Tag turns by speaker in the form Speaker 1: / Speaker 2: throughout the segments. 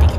Speaker 1: dick.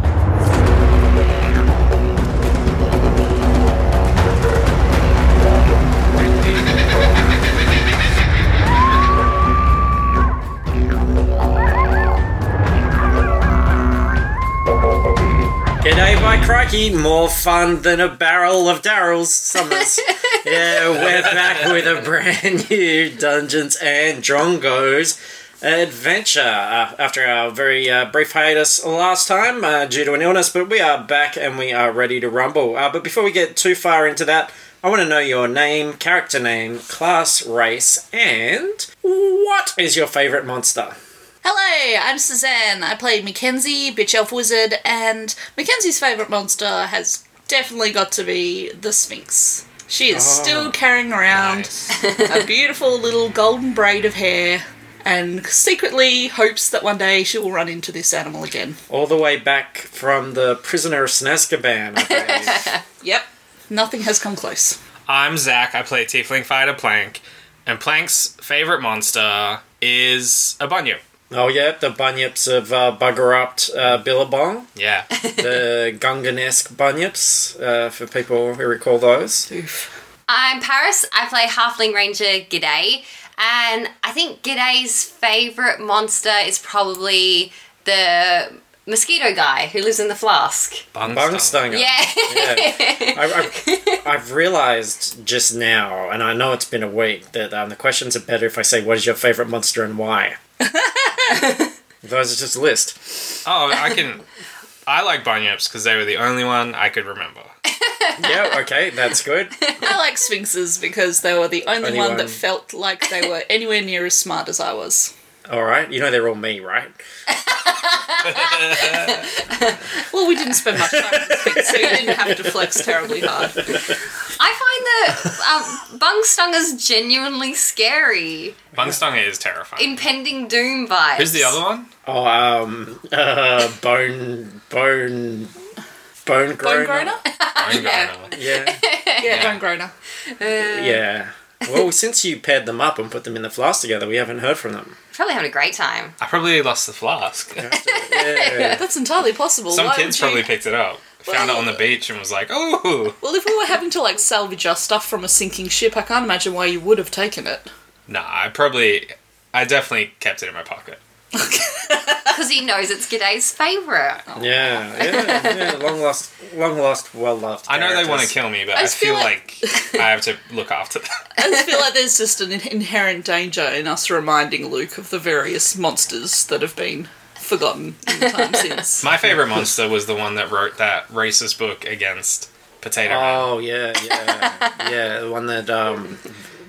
Speaker 2: G'day by crikey, more fun than a barrel of Darrell's summers. yeah, we're back with a brand new Dungeons and Drongos adventure uh, after our very uh, brief hiatus last time uh, due to an illness, but we are back and we are ready to rumble. Uh, but before we get too far into that, I want to know your name, character name, class, race, and what is your favourite monster?
Speaker 3: Hello, I'm Suzanne. I play Mackenzie, bitch elf wizard, and Mackenzie's favourite monster has definitely got to be the Sphinx. She is
Speaker 2: Oh,
Speaker 3: still carrying around a beautiful little golden braid of hair and secretly hopes that one day she will run into this animal again.
Speaker 2: All the way back from the prisoner of Snazkaban, I believe.
Speaker 3: Yep, nothing has come close.
Speaker 4: I'm Zach. I play Tiefling Fighter Plank, and Plank's favorite monster is a bunyip.
Speaker 2: Oh yeah, the bunyips of uh, bugger-upped uh, Billabong,
Speaker 4: Yeah,
Speaker 2: the Gungan-esque bunyips, uh, for people who recall those.
Speaker 5: I'm Paris. I play Halfling Ranger G'day. And I think G'day's favourite monster is probably the mosquito guy who lives in the flask.
Speaker 2: Bungstanger.
Speaker 5: Yeah.
Speaker 2: yeah. I, I, I've realised just now, and I know it's been a week, that um, the questions are better if I say, what is your favourite monster and why? Those are just a list.
Speaker 4: Oh, I can. I like bunyips because they were the only one I could remember.
Speaker 2: Yeah, okay, that's good.
Speaker 3: I like sphinxes because they were the only,
Speaker 2: Only
Speaker 3: one,
Speaker 2: one.
Speaker 3: that felt like they were anywhere near as smart as I was.
Speaker 2: All right, you know they're all me, right?
Speaker 3: Well, we didn't spend much time with the Sphinx, so you didn't have to flex terribly hard.
Speaker 5: I find that um, Bungstunger's genuinely scary.
Speaker 4: Bungstanger is terrifying.
Speaker 5: Impending doom vibes.
Speaker 4: Who's the other one?
Speaker 2: Oh, um, uh, bone, bone, bone groaner.
Speaker 3: Bone groaner?
Speaker 4: Bungroaner.
Speaker 2: Yeah.
Speaker 3: Yeah, bone groaner.
Speaker 2: Yeah. Well, since you paired them up and put them in the flask together, we haven't heard from them.
Speaker 5: Probably having a great time.
Speaker 4: I probably lost the flask.
Speaker 2: Yeah.
Speaker 3: That's entirely possible.
Speaker 4: Some
Speaker 3: Why
Speaker 4: kids
Speaker 3: would
Speaker 4: probably
Speaker 3: you-
Speaker 4: picked it up, found it on the beach, and was like, "Oh,
Speaker 3: Well, if we were having to like salvage our stuff from a sinking ship, I can't imagine why you would have taken it.
Speaker 4: nah." I probably, I definitely kept it in my pocket.
Speaker 5: Because he knows it's G'day's favourite.
Speaker 2: Yeah, yeah, yeah. Long lost, long lost, well loved.
Speaker 4: I know they want to kill me, but I,
Speaker 3: just
Speaker 4: feel
Speaker 3: feel
Speaker 4: like... I have to look after them.
Speaker 3: I just feel like there's just an in- inherent danger in us reminding Luke of the various monsters that have been forgotten in the time since.
Speaker 4: My favorite monster was the one that wrote that racist book against Potato Man.
Speaker 2: Oh yeah, yeah, yeah. The one that um,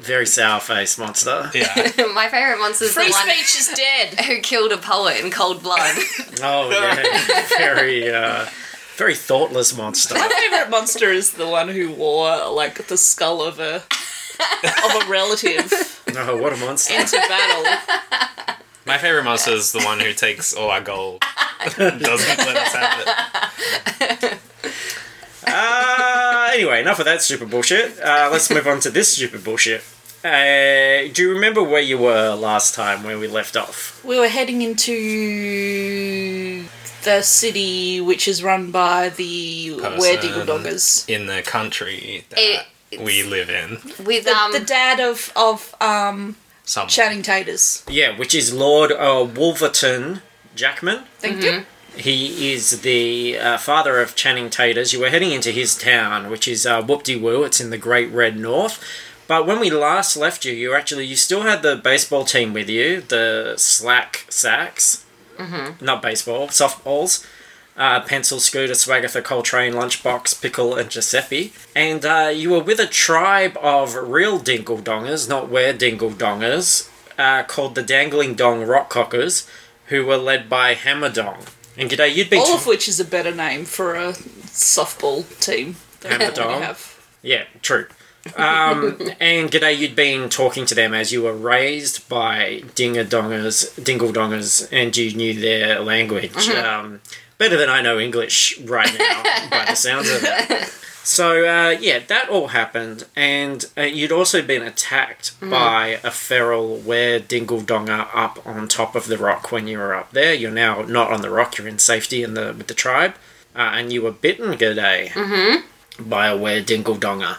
Speaker 2: very sour face monster.
Speaker 4: Yeah.
Speaker 5: My favourite monster's
Speaker 3: Free
Speaker 5: the one
Speaker 3: speech is dead.
Speaker 5: who killed a poet in cold blood.
Speaker 2: Oh yeah, very, uh, very thoughtless monster.
Speaker 3: My favourite monster is the one who wore like the skull of a of a relative
Speaker 2: Oh, what a monster!
Speaker 3: into battle.
Speaker 4: My favorite monster is the one who takes all our gold. Doesn't let us have it.
Speaker 2: Uh, anyway, enough of that stupid bullshit. Uh, let's move on to this stupid bullshit. Uh, do you remember where you were last time when we left off?
Speaker 3: We were heading into the city, which is run by the Were Diggle Doggers.
Speaker 4: In the country that
Speaker 5: It-
Speaker 4: we live in.
Speaker 5: With
Speaker 3: The,
Speaker 5: um,
Speaker 3: the dad of of um,
Speaker 4: Some
Speaker 3: Channing Taters.
Speaker 2: Yeah, which is Lord uh, Wolverton Jackman.
Speaker 3: Thank you.
Speaker 5: Mm-hmm.
Speaker 2: He is the uh, father of Channing Taters. You were heading into his town, which is uh, Whoop-de-Woo. It's in the Great Red North. But when we last left you, you actually you still had the baseball team with you, the Slack Sacks, mm-hmm. not baseball, softballs, uh, pencil, scooter, Swagatha, Coltrane, lunchbox, pickle, and Giuseppe. And uh, you were with a tribe of real dingle dongers, not where dingle dongers, uh, called the Dangling Dong Rockcockers, who were led by Hammer Dong. And g'day, you'd been
Speaker 3: All of which is a better name for a softball team than
Speaker 2: Hammer
Speaker 3: what we
Speaker 2: Dong.
Speaker 3: have.
Speaker 2: Yeah, true. Um, and G'day, you'd been talking to them as you were raised by dingadongers, dingledongers, and you knew their language. Um, better than I know English right now, by the sounds of it. So, uh, yeah, that all happened, and uh, you'd also been attacked by a feral were dingledonger up on top of the rock when you were up there. You're now not on the rock, you're in safety in the, with the tribe, uh, and you were bitten, G'day, by a were dingledonger.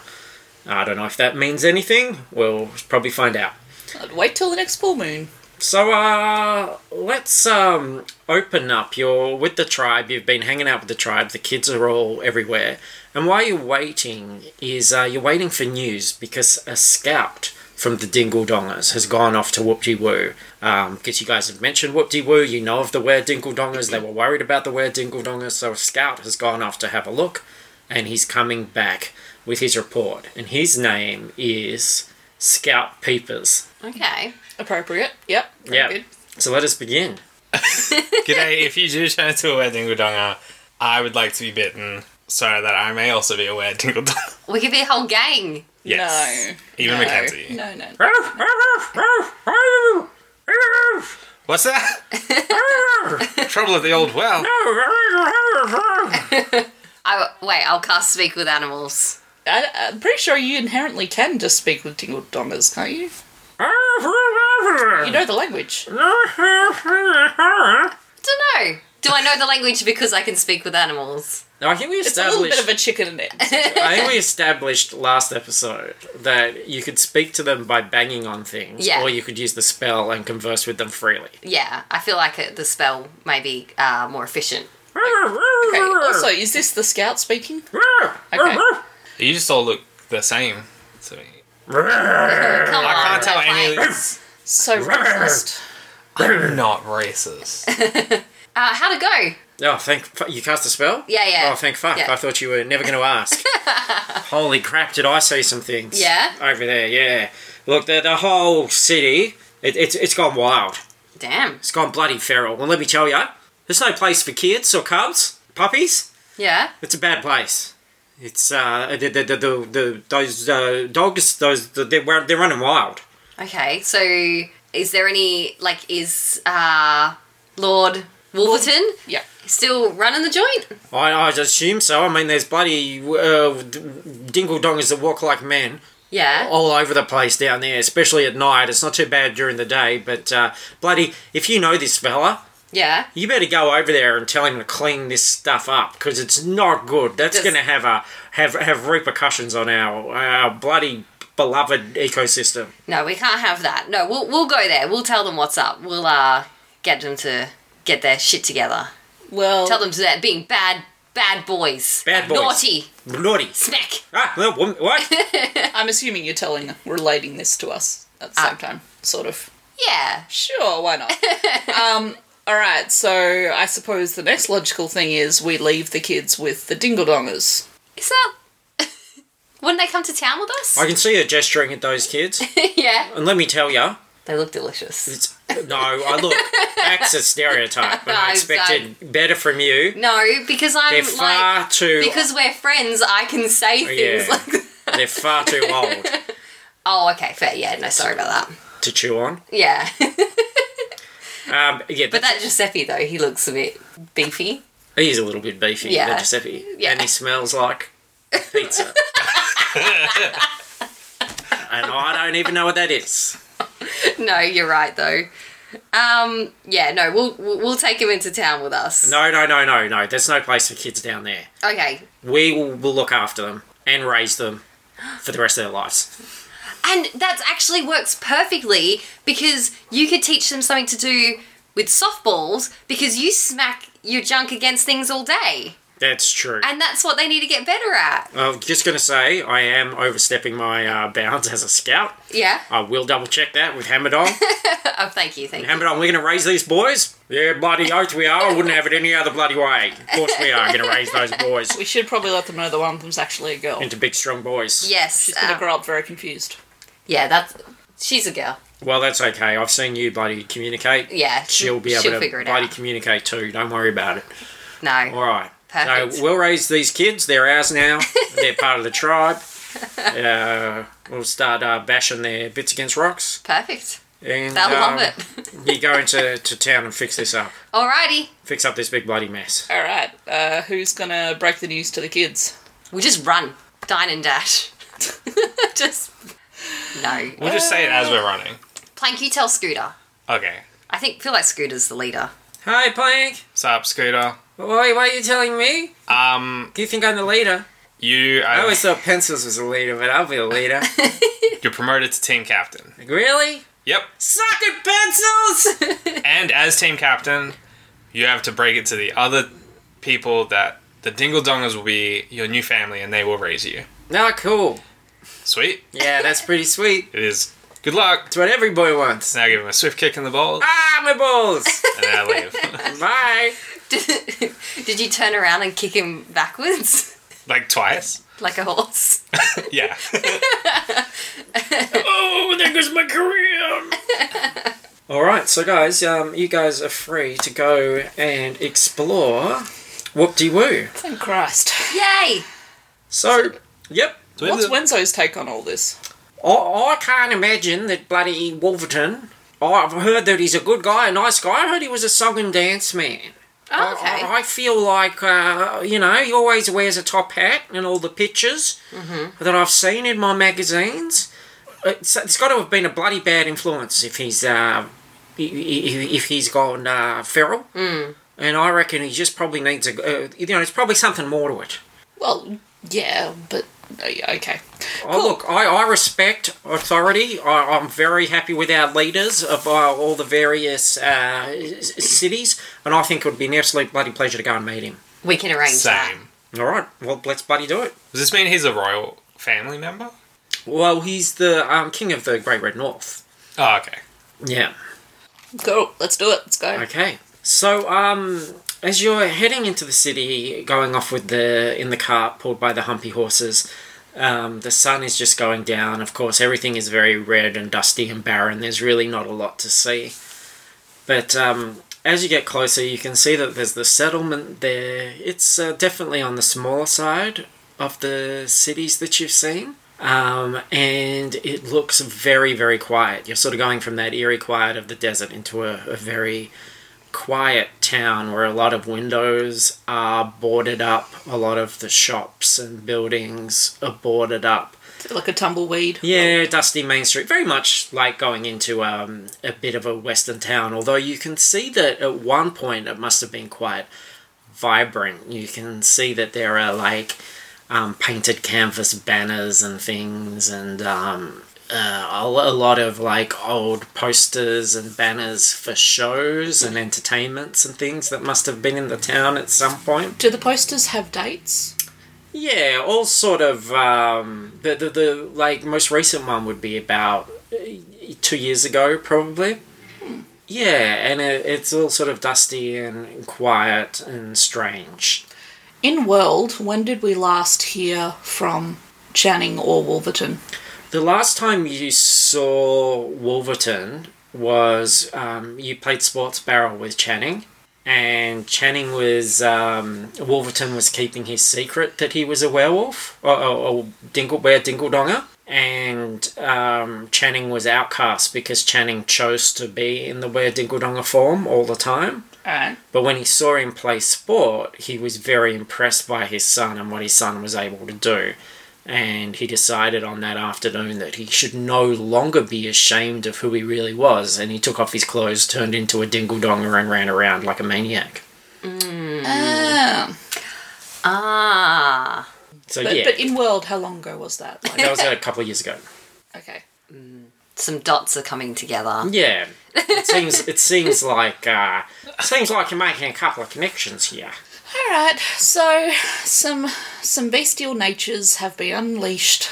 Speaker 2: I don't know if that means anything. We'll probably find out.
Speaker 3: I'd wait till the next full moon.
Speaker 2: So, uh, let's um, open up. You're with the tribe, you've been hanging out with the tribe, the kids are all everywhere. And while you're waiting, is uh, you're waiting for news because a scout from the Dingle Dongers has gone off to Whoop De Woo. Um, because you guys have mentioned Whoop De Woo, you know of the Were Dingle Dongers, they were worried about the Were Dingle Dongers, so a scout has gone off to have a look and he's coming back with his report. And his name is Scout Peepers.
Speaker 5: Okay.
Speaker 3: Appropriate. Yep. very
Speaker 2: Yeah.
Speaker 3: good.
Speaker 2: So let us begin.
Speaker 4: G'day, if you do turn into a were dingledonger, I would like to be bitten so that I may also be a were dingledonger.
Speaker 5: We could be a whole gang.
Speaker 4: Yes.
Speaker 3: No.
Speaker 4: Even
Speaker 3: no.
Speaker 4: Mackenzie.
Speaker 3: No, no.
Speaker 4: What's that? Trouble at the old well.
Speaker 5: I, wait, I'll cast Speak with Animals.
Speaker 3: I, I'm pretty sure you inherently can just speak with tingle dongers, can't you? You know the language.
Speaker 5: Don't know. Do I know the language because I can speak with animals?
Speaker 2: Now, I think we
Speaker 3: It's a little bit
Speaker 2: established.
Speaker 3: of a chicken and egg.
Speaker 2: I think we established last episode that you could speak to them by banging on things,
Speaker 5: Yeah.
Speaker 2: or you could use the spell and converse with them freely.
Speaker 5: Yeah, I feel like it, the spell may be uh, more efficient.
Speaker 3: Okay. Also, is this the scout speaking? Okay.
Speaker 4: You just all look the same to me.
Speaker 5: Come
Speaker 4: I can't
Speaker 5: on,
Speaker 4: tell
Speaker 5: no
Speaker 4: any-
Speaker 5: thanks.
Speaker 3: So racist.
Speaker 4: I'm not racist.
Speaker 5: Uh, how to go?
Speaker 2: Oh, thank fu- you cast a spell.
Speaker 5: Yeah, yeah.
Speaker 2: Oh, thank fuck!
Speaker 5: Yeah.
Speaker 2: I thought you were never going to ask. Holy crap! Did I see some things?
Speaker 5: Yeah?
Speaker 2: Over there, yeah. Look, the, the whole city, it, it's it's gone wild.
Speaker 5: Damn.
Speaker 2: It's gone bloody feral. And let me tell you, there's no place for kids or cubs, puppies.
Speaker 5: Yeah.
Speaker 2: It's a bad place. It's uh the the the, the, the those uh, dogs those the, they're run- they're running wild.
Speaker 5: Okay. So, is there any like is uh, Lord Wolverton
Speaker 3: Yeah.
Speaker 5: still running the joint?
Speaker 2: I I assume so. I mean, there's bloody uh, d- dingle dongers that walk like men.
Speaker 5: Yeah.
Speaker 2: all over the place down there, especially at night. It's not too bad during the day, but uh, bloody, if you know this fella,
Speaker 5: Yeah.
Speaker 2: you better go over there and tell him to clean this stuff up because it's not good. That's
Speaker 5: Does-
Speaker 2: going to have a have have repercussions on our our bloody beloved ecosystem.
Speaker 5: No, we can't have that. No, we'll we'll go there. We'll tell them what's up. We'll uh get them to get their shit together.
Speaker 3: Well,
Speaker 5: Tell them to that being bad bad boys.
Speaker 2: Bad boys.
Speaker 5: Naughty.
Speaker 2: Naughty.
Speaker 5: Smack.
Speaker 2: Ah, well, wom- what?
Speaker 3: I'm assuming you're telling, relating this to us at
Speaker 5: Ah.
Speaker 3: the same time, sort of.
Speaker 5: Yeah.
Speaker 3: Sure, why not? um, all right, so I suppose the next logical thing is we leave the kids with the dingledongers.
Speaker 5: Is that? Wouldn't they come to town with us?
Speaker 2: I can see her gesturing at those kids.
Speaker 5: yeah.
Speaker 2: And let me tell you,
Speaker 5: They look delicious.
Speaker 2: it's. No, I look, that's a stereotype. And I
Speaker 5: No,
Speaker 2: expected better from you.
Speaker 5: No, because I'm
Speaker 2: They're
Speaker 5: like
Speaker 2: far too.
Speaker 5: because we're friends, I can say things
Speaker 2: Yeah.
Speaker 5: like that.
Speaker 2: they're far too old
Speaker 5: Oh, okay, fair. Yeah, no, sorry about that.
Speaker 2: to chew on.
Speaker 5: Yeah.
Speaker 2: Um, yeah,
Speaker 5: but
Speaker 2: that's-
Speaker 5: that Giuseppe though, he looks a bit beefy.
Speaker 2: he's a little bit beefy,
Speaker 5: Yeah.
Speaker 2: yeah. Giuseppe,
Speaker 5: Yeah.
Speaker 2: and he smells like pizza. and I don't even know what that is.
Speaker 5: No, you're right though. Um, yeah, no, we'll we'll we'll take him into town with us.
Speaker 2: No, no, no, no, no. There's no place for kids down there.
Speaker 5: Okay.
Speaker 2: We will, will look after them and raise them for the rest of their lives.
Speaker 5: And that actually works perfectly because you could teach them something to do with softballs because you smack your junk against things all day.
Speaker 2: That's true.
Speaker 5: And that's what they need to get better at.
Speaker 2: I'm just going to say I am overstepping my uh, bounds as a scout.
Speaker 5: Yeah.
Speaker 2: I will double check that with Hammerdon.
Speaker 5: Oh, thank you, thank you.
Speaker 2: Hammerdon, we're going to raise these boys? Yeah, bloody oath we are. I wouldn't have it any other bloody way. Of course we are going to raise those boys.
Speaker 3: We should probably let them know that one of them's actually a girl.
Speaker 2: into big strong boys.
Speaker 5: Yes.
Speaker 3: She's going
Speaker 5: uh,
Speaker 3: to grow up very confused.
Speaker 5: yeah, that's she's a girl.
Speaker 2: Well, that's okay. I've seen you bloody communicate.
Speaker 5: Yeah,
Speaker 2: She'll be able
Speaker 5: she'll
Speaker 2: to
Speaker 5: figure it
Speaker 2: bloody
Speaker 5: out.
Speaker 2: communicate too. Don't worry about it.
Speaker 5: No.
Speaker 2: All right.
Speaker 5: Perfect.
Speaker 2: So we'll raise these kids. They're ours now. They're part of the tribe. uh, we'll start uh, bashing their bits against rocks.
Speaker 5: Perfect.
Speaker 2: And,
Speaker 5: They'll
Speaker 2: um,
Speaker 5: love it.
Speaker 2: you go into to town and fix this up.
Speaker 5: Alrighty.
Speaker 2: Fix up this big bloody mess.
Speaker 3: All right, uh, who's gonna break the news to the kids?
Speaker 5: We'll just run. Dine and dash. just. No.
Speaker 4: We'll just say it as we're running.
Speaker 5: Plank, you tell Scooter.
Speaker 4: Okay.
Speaker 5: I think feel like Scooter's the leader.
Speaker 2: Hi, Plank.
Speaker 4: What's up, Scooter?
Speaker 2: Why, why are you telling me?
Speaker 4: Um,
Speaker 2: Do you think I'm the leader?
Speaker 4: you
Speaker 2: I
Speaker 4: uh,
Speaker 2: always thought Pencils was the leader, but I'll be the leader.
Speaker 4: you're promoted to team captain.
Speaker 2: Like, really?
Speaker 4: Yep.
Speaker 2: Suck it, Pencils!
Speaker 4: And as team captain, you have to break it to the other people that the Dingle Dongers will be your new family and they will raise you.
Speaker 2: Not cool.
Speaker 4: Sweet.
Speaker 2: Yeah, that's pretty sweet.
Speaker 4: It is. Good luck.
Speaker 2: It's what every boy wants.
Speaker 4: Now give him a swift kick in the balls
Speaker 2: Ah, my balls!
Speaker 4: and now leave.
Speaker 2: Bye!
Speaker 5: Did you turn around and kick him backwards
Speaker 4: like twice.
Speaker 5: like a horse?
Speaker 4: Yeah.
Speaker 2: Oh, there goes my career! Alright, so guys, um, you guys are free to go and explore Whoop De Woo.
Speaker 3: Thank Christ.
Speaker 5: Yay!
Speaker 2: So, yep,
Speaker 3: What's Wenzo's take on all this?
Speaker 2: I, I can't imagine that bloody Wolverton. I've heard that he's a good guy, a nice guy. I heard he was a song and dance man.
Speaker 5: Oh,
Speaker 2: I-
Speaker 5: okay.
Speaker 2: I, I feel like, uh, you know, he always wears a top hat in all the pictures that I've seen in my magazines. It's, it's got to have been a bloody bad influence if he's uh, i- i- if he's gone uh, feral. And I reckon he just probably needs a, uh, you know, it's probably something more to it.
Speaker 3: Well, yeah, but uh, yeah, okay.
Speaker 2: Oh, look, I, I respect authority. I, I'm very happy with our leaders of uh, all the various uh, s- s- cities, and I think it would be an absolute bloody pleasure to go and meet him.
Speaker 5: We can arrange that.
Speaker 4: Same.
Speaker 2: All right, well, let's bloody do it.
Speaker 4: Does this mean he's a royal family member?
Speaker 2: Well, he's the um, king of the Great Red North.
Speaker 4: Oh, okay.
Speaker 2: Yeah.
Speaker 3: Cool. Let's do it. Let's go.
Speaker 2: Okay. So, um, as you're heading into the city, going off with the in the cart pulled by the humpy horses, um, the sun is just going down. Of course, everything is very red and dusty and barren. There's really not a lot to see. But um, as you get closer, you can see that there's the settlement there. It's uh, definitely on the smaller side of the cities that you've seen. Um, and it looks very, very quiet. You're sort of going from that eerie quiet of the desert into a, a very quiet town where a lot of windows are boarded up, a lot of the shops and buildings are boarded up.
Speaker 3: Like a tumbleweed.
Speaker 2: Yeah, dusty main street. Very much like going into um, a bit of a western town, although you can see that at one point it must have been quite vibrant. You can see that there are like um, painted canvas banners and things, and um, uh, a lo- a lot of like old posters and banners for shows and entertainments and things that must have been in the town at some point.
Speaker 3: Do the posters have dates?
Speaker 2: Yeah, all sort of. Um, the, the the like most recent one would be about uh, two years ago, probably. Yeah, and it, it's all sort of dusty and quiet and strange.
Speaker 3: In world, when did we last hear from Channing or Wolverton?
Speaker 2: The last time you saw Wolverton was um, you played Sports Barrel with Channing, and Channing was um, Wolverton was keeping his secret that he was a werewolf or, or, or dingle were dingle donger, and um, Channing was outcast because Channing chose to be in the were dingle donger form all the time.
Speaker 3: Alright.
Speaker 2: But when he saw him play sport, he was very impressed by his son and what his son was able to do. And he decided on that afternoon that he should no longer be ashamed of who he really was. And he took off his clothes, turned into a dingle donger, and ran around like a maniac.
Speaker 3: Ah.
Speaker 5: Ah.
Speaker 2: So,
Speaker 3: But,
Speaker 2: yeah,
Speaker 3: but in world, how long ago was that? Like,
Speaker 2: that was a couple of years ago.
Speaker 3: okay.
Speaker 5: Some dots are coming together.
Speaker 2: Yeah. It seems it seems like uh, seems like you're making a couple of connections here.
Speaker 3: All right. So some some bestial natures have been unleashed,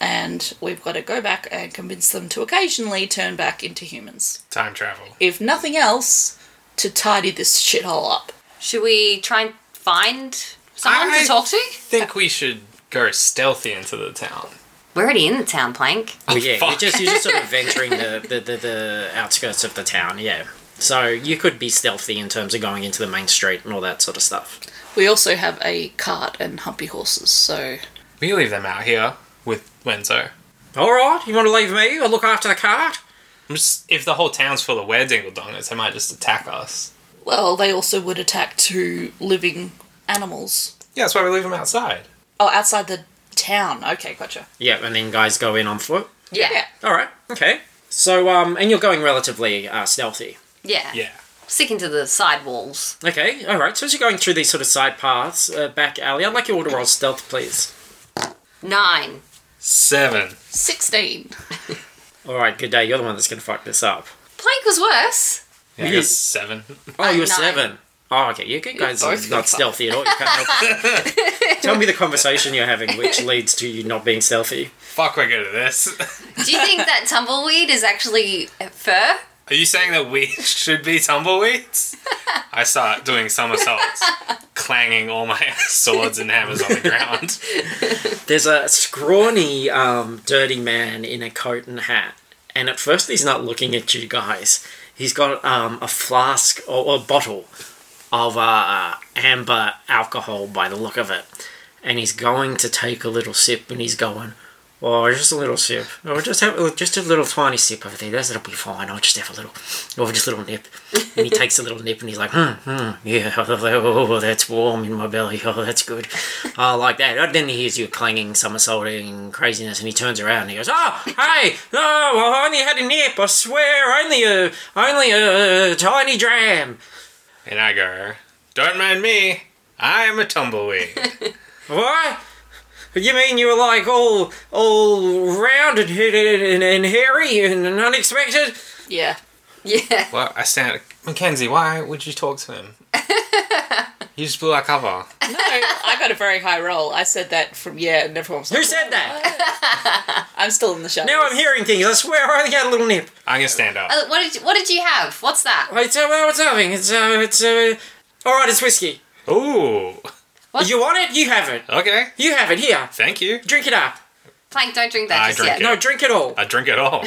Speaker 3: and we've got to go back and convince them to occasionally turn back into humans.
Speaker 4: Time travel.
Speaker 3: If nothing else, to tidy this shithole up.
Speaker 5: Should we try and find someone
Speaker 4: I-
Speaker 5: to talk to?
Speaker 4: think we should go stealthy into the town.
Speaker 5: We're already in the town, Plank.
Speaker 2: Well, yeah, you're
Speaker 4: fuck.
Speaker 2: just you're just sort of venturing the, the, the, the outskirts of the town. Yeah, so you could be stealthy in terms of going into the main street and all that sort of stuff.
Speaker 3: We also have a cart and humpy horses, so
Speaker 4: We leave them out here with Wenzo.
Speaker 2: All right, you want to leave me? I'll look after the cart.
Speaker 4: I'm just, if the whole town's full of were dingle dongers, they might just attack us.
Speaker 3: Well, they also would attack two living animals.
Speaker 4: Yeah, that's why we leave them outside.
Speaker 3: Oh, outside the town. Okay, gotcha.
Speaker 2: Yep, and then guys go in on foot.
Speaker 5: Yeah. Yeah.
Speaker 2: All right, okay. So, um, and you're going relatively uh, stealthy.
Speaker 4: Yeah.
Speaker 5: Sticking to the side walls.
Speaker 2: Okay, all right. So as you're going through these sort of side paths, uh, back alley, I'd like you all to roll stealth, please.
Speaker 5: Nine.
Speaker 4: Seven.
Speaker 3: 16.
Speaker 2: All right, good day. You're the one that's going to fuck this up.
Speaker 5: Plank was worse.
Speaker 4: Yeah, I
Speaker 2: Yeah.
Speaker 4: guess seven.
Speaker 2: Oh, you're
Speaker 5: nine.
Speaker 2: seven. Oh, okay. You good guys are
Speaker 3: both
Speaker 2: not
Speaker 3: got
Speaker 2: stealthy at all. You can't help it. Tell me the conversation you're having, which leads to you not being stealthy.
Speaker 4: Fuck, we're good at this.
Speaker 5: Do you think that tumbleweed is actually fur?
Speaker 4: Are you saying that we should be tumbleweeds? I start doing somersaults, clanging all my swords and hammers on the ground.
Speaker 2: There's a scrawny, um, dirty man in a coat and hat, and at first he's not looking at you guys. He's got um, a flask or, or a bottle of uh, amber alcohol by the look of it, and he's going to take a little sip, and he's going, "Oh, just a little sip. Oh, just have just a little tiny sip over there. That's it'll be fine. I'll just have a little, or just a little nip." And he takes a little nip, and he's like, "Hmm, hmm, yeah. Oh, that's warm in my belly. Oh, that's good. I like that." And then he hears you clanging, somersaulting, craziness, and he turns around and he goes, "Oh, hey, no, I only had a nip. I swear, only a, only a tiny dram."
Speaker 4: And I go, Don't mind me. I am a tumbleweed.
Speaker 2: What? You mean you were like all all round and and, and, and hairy and unexpected?
Speaker 3: Yeah.
Speaker 5: Yeah.
Speaker 4: well, I stand. Mackenzie, why would you talk to him? you just blew our cover.
Speaker 3: No, I got a very high roll. I said that from, yeah, and everyone was
Speaker 2: Who
Speaker 3: like,
Speaker 2: said that?
Speaker 3: I'm still in the shadows.
Speaker 2: Now I'm hearing things. I swear I only had a little nip.
Speaker 4: I'm gonna stand up.
Speaker 5: Uh, what did you, What did you have? What's that?
Speaker 2: I tell you what's having. It's uh, it's uh, all right. It's whiskey.
Speaker 4: Ooh.
Speaker 5: What?
Speaker 2: You want it? You have it.
Speaker 4: Okay.
Speaker 2: You have it here.
Speaker 4: Thank you.
Speaker 2: Drink it up.
Speaker 5: Plank, don't drink that
Speaker 4: I
Speaker 5: just
Speaker 4: drink
Speaker 5: yet.
Speaker 4: it.
Speaker 2: No, drink it all.
Speaker 4: I drink it all.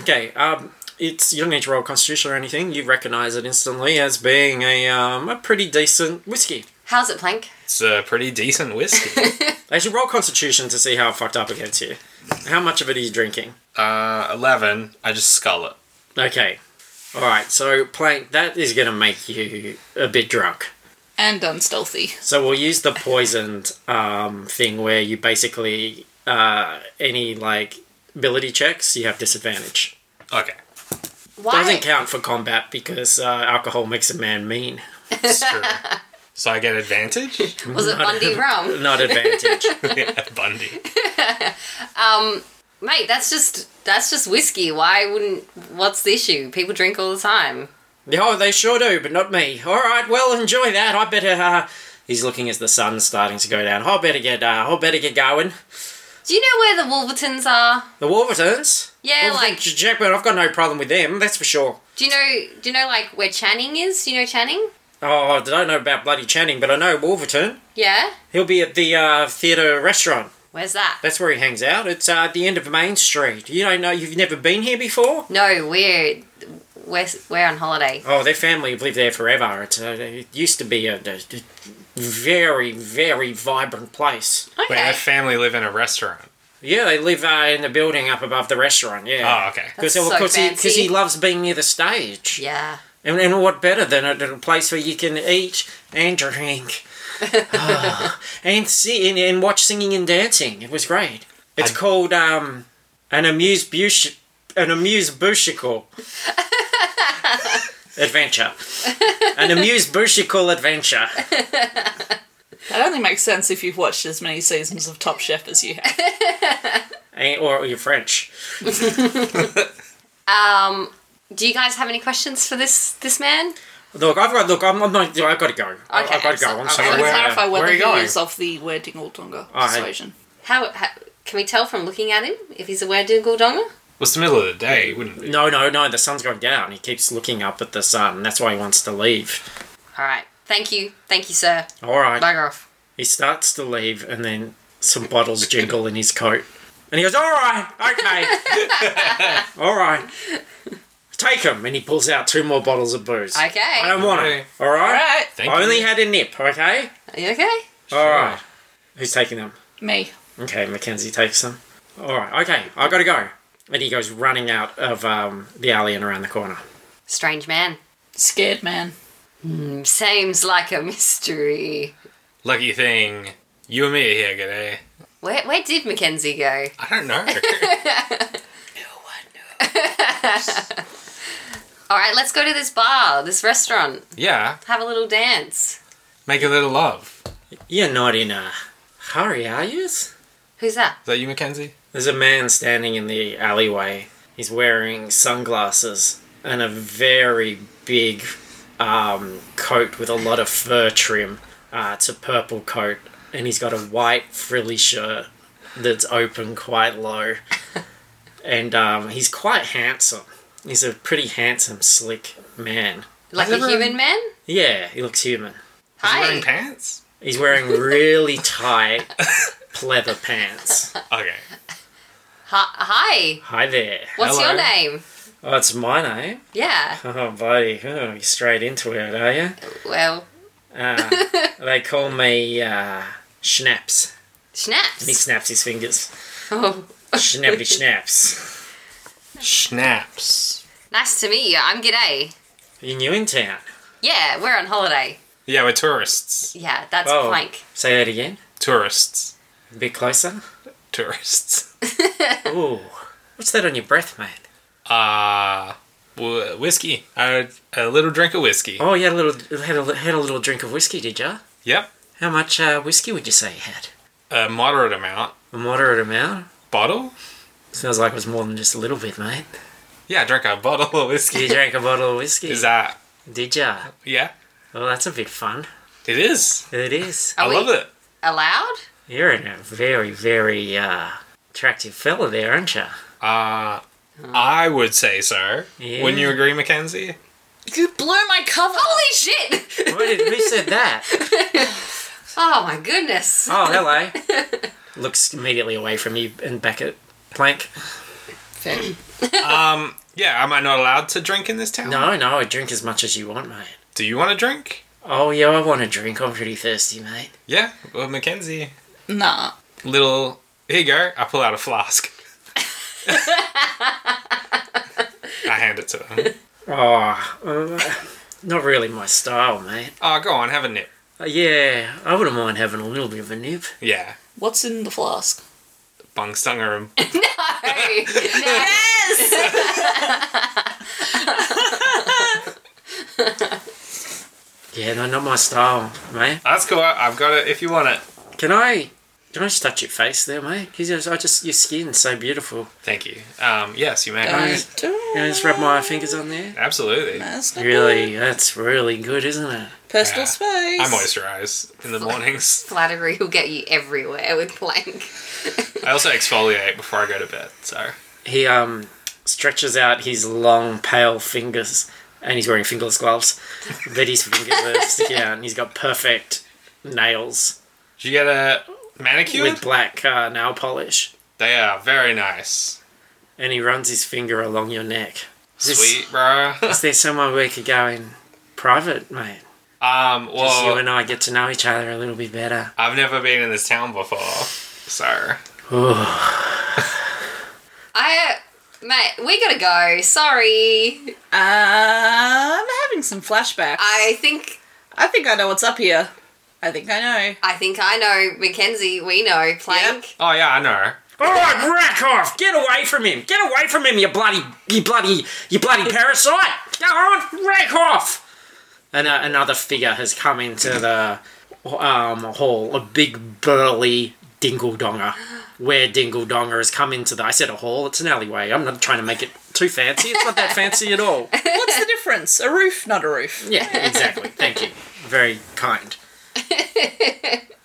Speaker 2: Okay. Um, it's you don't need to roll constitution or anything. You recognise it instantly as being a um a pretty decent whiskey.
Speaker 5: How's it, Plank?
Speaker 4: It's a pretty decent whiskey.
Speaker 2: I should roll constitution to see how fucked up it gets you. How much of it are you drinking?
Speaker 4: Uh, eleven. I just scull it.
Speaker 2: Okay. All right. So plank that is going to make you a bit drunk.
Speaker 3: And unstealthy.
Speaker 2: So we'll use the poisoned um, thing where you basically uh, any like ability checks you have disadvantage.
Speaker 4: Okay.
Speaker 5: Why?
Speaker 2: Doesn't count for combat because uh, alcohol makes a man mean.
Speaker 4: It's true. so I get advantage.
Speaker 5: Was it Bundy rum?
Speaker 2: Not advantage.
Speaker 4: yeah, Bundy.
Speaker 5: Mate, that's just that's just whiskey. Why wouldn't? What's the issue? People drink all the time.
Speaker 2: oh, they sure do, but not me. All right. Well, enjoy that. I better. Uh... He's looking as the sun's starting to go down. I better get. Uh, I better get going.
Speaker 5: Do you know where the Wolvertons are?
Speaker 2: The Wolvertons.
Speaker 5: Yeah,
Speaker 2: Wolverton-
Speaker 5: like
Speaker 2: Jackman. I've got no problem with them. That's for sure.
Speaker 5: do you know? Do you know like where Channing is? Do you know Channing?
Speaker 2: Oh, I don't know about bloody Channing, but I know Wolverton.
Speaker 5: Yeah.
Speaker 2: He'll be at the uh, theatre restaurant.
Speaker 5: Where's that?
Speaker 2: That's where he hangs out. It's uh, at the end of Main Street. You don't know, you've never been here before?
Speaker 5: No, we're we're we're on holiday.
Speaker 2: Oh, their family have lived there forever. It's, uh, it used to be a, a- a very, very vibrant place.
Speaker 4: Wait,
Speaker 5: Okay.
Speaker 4: my family live in a restaurant.
Speaker 2: Yeah, they live uh, in the building up above the restaurant,
Speaker 4: Oh,
Speaker 2: yeah.
Speaker 4: okay.
Speaker 2: Because
Speaker 5: That's so
Speaker 2: he,
Speaker 5: fancy.
Speaker 2: loves being near the stage.
Speaker 5: yeah.
Speaker 2: And, and what better than a, than a place where you can eat and drink Ah, and sit and, and watch singing and dancing? It was great. It's called um, an amuse bush an amuse bushicle adventure. An amuse bushicle adventure.
Speaker 3: That only makes sense if you've watched as many seasons of Top Chef as you have.
Speaker 2: And, or you're French.
Speaker 5: Um. Do you guys have any questions for this this man?
Speaker 2: Look, I've got look. I'm, I'm not. I've got to go. I-
Speaker 5: Okay,
Speaker 2: I've got to
Speaker 5: so-
Speaker 2: go. I'm
Speaker 5: okay.
Speaker 2: sorry.
Speaker 3: Can
Speaker 5: Where-
Speaker 3: we clarify
Speaker 4: where
Speaker 3: whether
Speaker 4: are you
Speaker 3: he
Speaker 4: going?
Speaker 3: is of the Werding or Tonga
Speaker 2: Alright.
Speaker 3: persuasion?
Speaker 5: How, how can we tell from looking at him if he's a werewolf donger?
Speaker 4: Well, it's the middle of the day, wouldn't it? be?
Speaker 2: No, no, no. The sun's going down. He keeps looking up at the sun. That's why he wants to leave.
Speaker 5: All right. Thank you. Thank you, sir.
Speaker 2: All right.
Speaker 5: Bugger off.
Speaker 2: He starts to leave, and then some bottles jingle in his coat. And he goes, All right, okay. All right. Take him. And he pulls out two more bottles of booze.
Speaker 5: Okay.
Speaker 2: I don't want
Speaker 4: Okay.
Speaker 2: it. All right?
Speaker 3: Alright.
Speaker 4: Thank
Speaker 2: I only
Speaker 4: you.
Speaker 2: had a nip, okay?
Speaker 5: Are you okay?
Speaker 2: All right. Who's taking them?
Speaker 3: Me.
Speaker 2: Okay, Mackenzie takes them. all right, okay, I gotta go. And he goes running out of um, the alley and around the corner.
Speaker 5: Strange man.
Speaker 3: Scared man.
Speaker 5: Seems like a mystery.
Speaker 4: Lucky thing, you and me are here, G'day.
Speaker 5: Where, where did Mackenzie go?
Speaker 4: I don't know.
Speaker 5: All right, let's go to this bar, this restaurant,
Speaker 4: yeah,
Speaker 5: have a little dance.
Speaker 4: make a little love.
Speaker 2: You're not in a hurry, are yous?
Speaker 5: Who's that?
Speaker 4: Is that you, Mackenzie?
Speaker 2: There's a man standing in the alleyway. He's wearing sunglasses and a very big um, coat with a lot of fur trim. Uh, it's a purple coat, and he's got a white frilly shirt that's open quite low. And um, he's quite handsome. He's a pretty handsome, slick man.
Speaker 5: Like a
Speaker 4: never-
Speaker 5: human man?
Speaker 2: Yeah, he looks human.
Speaker 4: Is he
Speaker 5: Hi.
Speaker 4: wearing pants?
Speaker 2: He's wearing really tight pleather pants.
Speaker 4: Okay.
Speaker 5: Hi. Hi.
Speaker 2: Hi there.
Speaker 5: What's
Speaker 4: Hello.
Speaker 5: your name?
Speaker 2: Oh, it's my name.
Speaker 5: Yeah.
Speaker 2: Oh, buddy, oh, you're straight into it, are you?
Speaker 5: Well,
Speaker 2: Uh, they call me uh, Schnaps. He
Speaker 5: Schnapps.
Speaker 2: snaps his fingers.
Speaker 5: Oh,
Speaker 2: Schnappy Schnaps.
Speaker 4: Schnapps.
Speaker 5: nice to meet you. I'm G'day.
Speaker 2: You're new in town.
Speaker 5: Yeah, we're on holiday.
Speaker 4: Yeah, we're tourists.
Speaker 5: Yeah, that's
Speaker 2: Oh.
Speaker 5: Plank.
Speaker 2: Say that again.
Speaker 4: Tourists.
Speaker 2: A bit closer.
Speaker 4: Tourists.
Speaker 2: Ooh, what's that on your breath, mate?
Speaker 4: Uh, wh- whiskey. A, a little drink of whiskey.
Speaker 2: Oh, you had a little had a, had a little drink of whiskey, did ya?
Speaker 4: Yep.
Speaker 2: How much uh, whiskey would you say you had?
Speaker 4: A moderate amount.
Speaker 2: A moderate amount.
Speaker 4: Bottle?
Speaker 2: Sounds like it was more than just a little bit, mate.
Speaker 4: Yeah, I drank a bottle of
Speaker 2: You
Speaker 4: whiskey.
Speaker 2: drank a bottle of whiskey.
Speaker 4: Is that?
Speaker 2: Did ya?
Speaker 4: Yeah.
Speaker 2: Well, that's a bit fun.
Speaker 4: It is.
Speaker 2: It is.
Speaker 5: Are
Speaker 4: I
Speaker 5: we
Speaker 4: love it.
Speaker 5: Allowed?
Speaker 2: You're in a very, very uh, attractive fella there, aren't you?
Speaker 4: Uh, I would say so.
Speaker 2: Yeah.
Speaker 4: Wouldn't you agree, Mackenzie?
Speaker 3: You blew my cover.
Speaker 5: Holy shit!
Speaker 2: What did, who said that?
Speaker 5: oh my goodness.
Speaker 2: Oh, hello. Looks immediately away from you and back at Plank.
Speaker 3: Fair.
Speaker 4: Um, yeah, am I not allowed to drink in this town?
Speaker 2: No, no, drink as much as you want, mate.
Speaker 4: Do you want to drink?
Speaker 2: Oh, yeah, I want a drink. I'm pretty thirsty, mate.
Speaker 4: Yeah, well, Mackenzie.
Speaker 3: Nah.
Speaker 4: Little. Here you go. I pull out a flask. I hand it to him.
Speaker 2: Oh, uh, not really my style, mate.
Speaker 4: Oh, go on, have a nip.
Speaker 2: Uh, yeah, I wouldn't mind having a little bit of a nip.
Speaker 4: Yeah.
Speaker 3: What's in the flask?
Speaker 4: Bung stunger him.
Speaker 5: No. No.
Speaker 3: Yes!
Speaker 2: Yeah, no, not my style, mate.
Speaker 4: That's cool. I've got it if you want it.
Speaker 2: Can I. Can I just touch your face there, mate? 'Cause I just. Your skin's so beautiful.
Speaker 4: Thank you. Um, yes, you may.
Speaker 3: Don't do
Speaker 2: Can I just rub my fingers on there?
Speaker 4: Absolutely.
Speaker 3: That's not
Speaker 2: Really, that's really good, isn't it?
Speaker 3: good. Personal
Speaker 4: Yeah.
Speaker 3: space.
Speaker 4: I moisturize in the mornings.
Speaker 5: Flattery will get you everywhere with Plank.
Speaker 4: I also exfoliate before I go to bed, so.
Speaker 2: He um stretches out his long, pale fingers, and he's wearing fingerless gloves, but his fingers are sticking out, and he's got perfect nails
Speaker 4: Did you get a manicure?
Speaker 2: with black uh, nail polish,
Speaker 4: They are very nice.
Speaker 2: and he runs his finger along your neck. Is this-
Speaker 4: Sweet, bro.
Speaker 2: Is there somewhere we could go in private, mate?
Speaker 4: um,
Speaker 2: Just you
Speaker 4: well,
Speaker 2: and I get to know each other a little bit better.
Speaker 4: I've never been in this town before, so.
Speaker 5: I, uh, mate, we gotta go. Sorry.
Speaker 3: I'm having some flashbacks.
Speaker 5: I think,
Speaker 3: I think I know what's up here. I think I know.
Speaker 5: I think I know Mackenzie. We know Plank.
Speaker 4: Oh, yeah, I know.
Speaker 2: All right, rack off! Get away from him! Get away from him! You bloody, you bloody, you bloody parasite! Go on, rack off! And uh, another figure has come into the um, hall. A big burly dingle donger. Where dingle donger has come into the. I said a hall. It's an alleyway. I'm not trying to make it too fancy. It's not that fancy at all.
Speaker 3: What's the difference? A roof, not a roof.
Speaker 2: Yeah, exactly. Thank you. Very kind.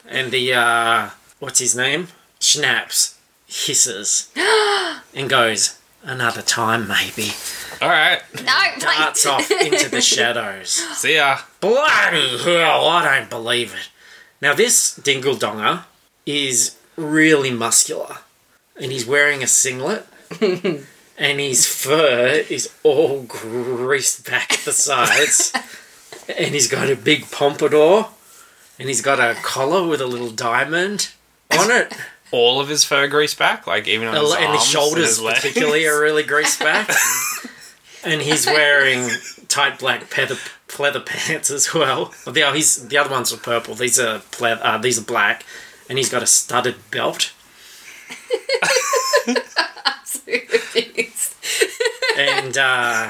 Speaker 2: and the uh what's his name? Schnapps hisses and goes, Another time maybe.
Speaker 4: Alright,
Speaker 5: No, Plank.
Speaker 2: Darts off into the shadows.
Speaker 4: see ya.
Speaker 2: Bloody hell, I don't believe it. Now this dingle donger is really muscular. And he's wearing a singlet. and his fur is all greased back at the sides. and he's got a big pompadour. And he's got a collar with a little diamond on it.
Speaker 4: all of his fur greased back, like even on his
Speaker 2: and his
Speaker 4: arms
Speaker 2: shoulders
Speaker 4: his legs.
Speaker 2: particularly are really greased back. and he's wearing tight black pleather, pleather pants as well. The, oh, he's, the other ones are purple. These are pleather, uh, these are black, and he's got a studded belt.
Speaker 5: confused.
Speaker 2: And uh,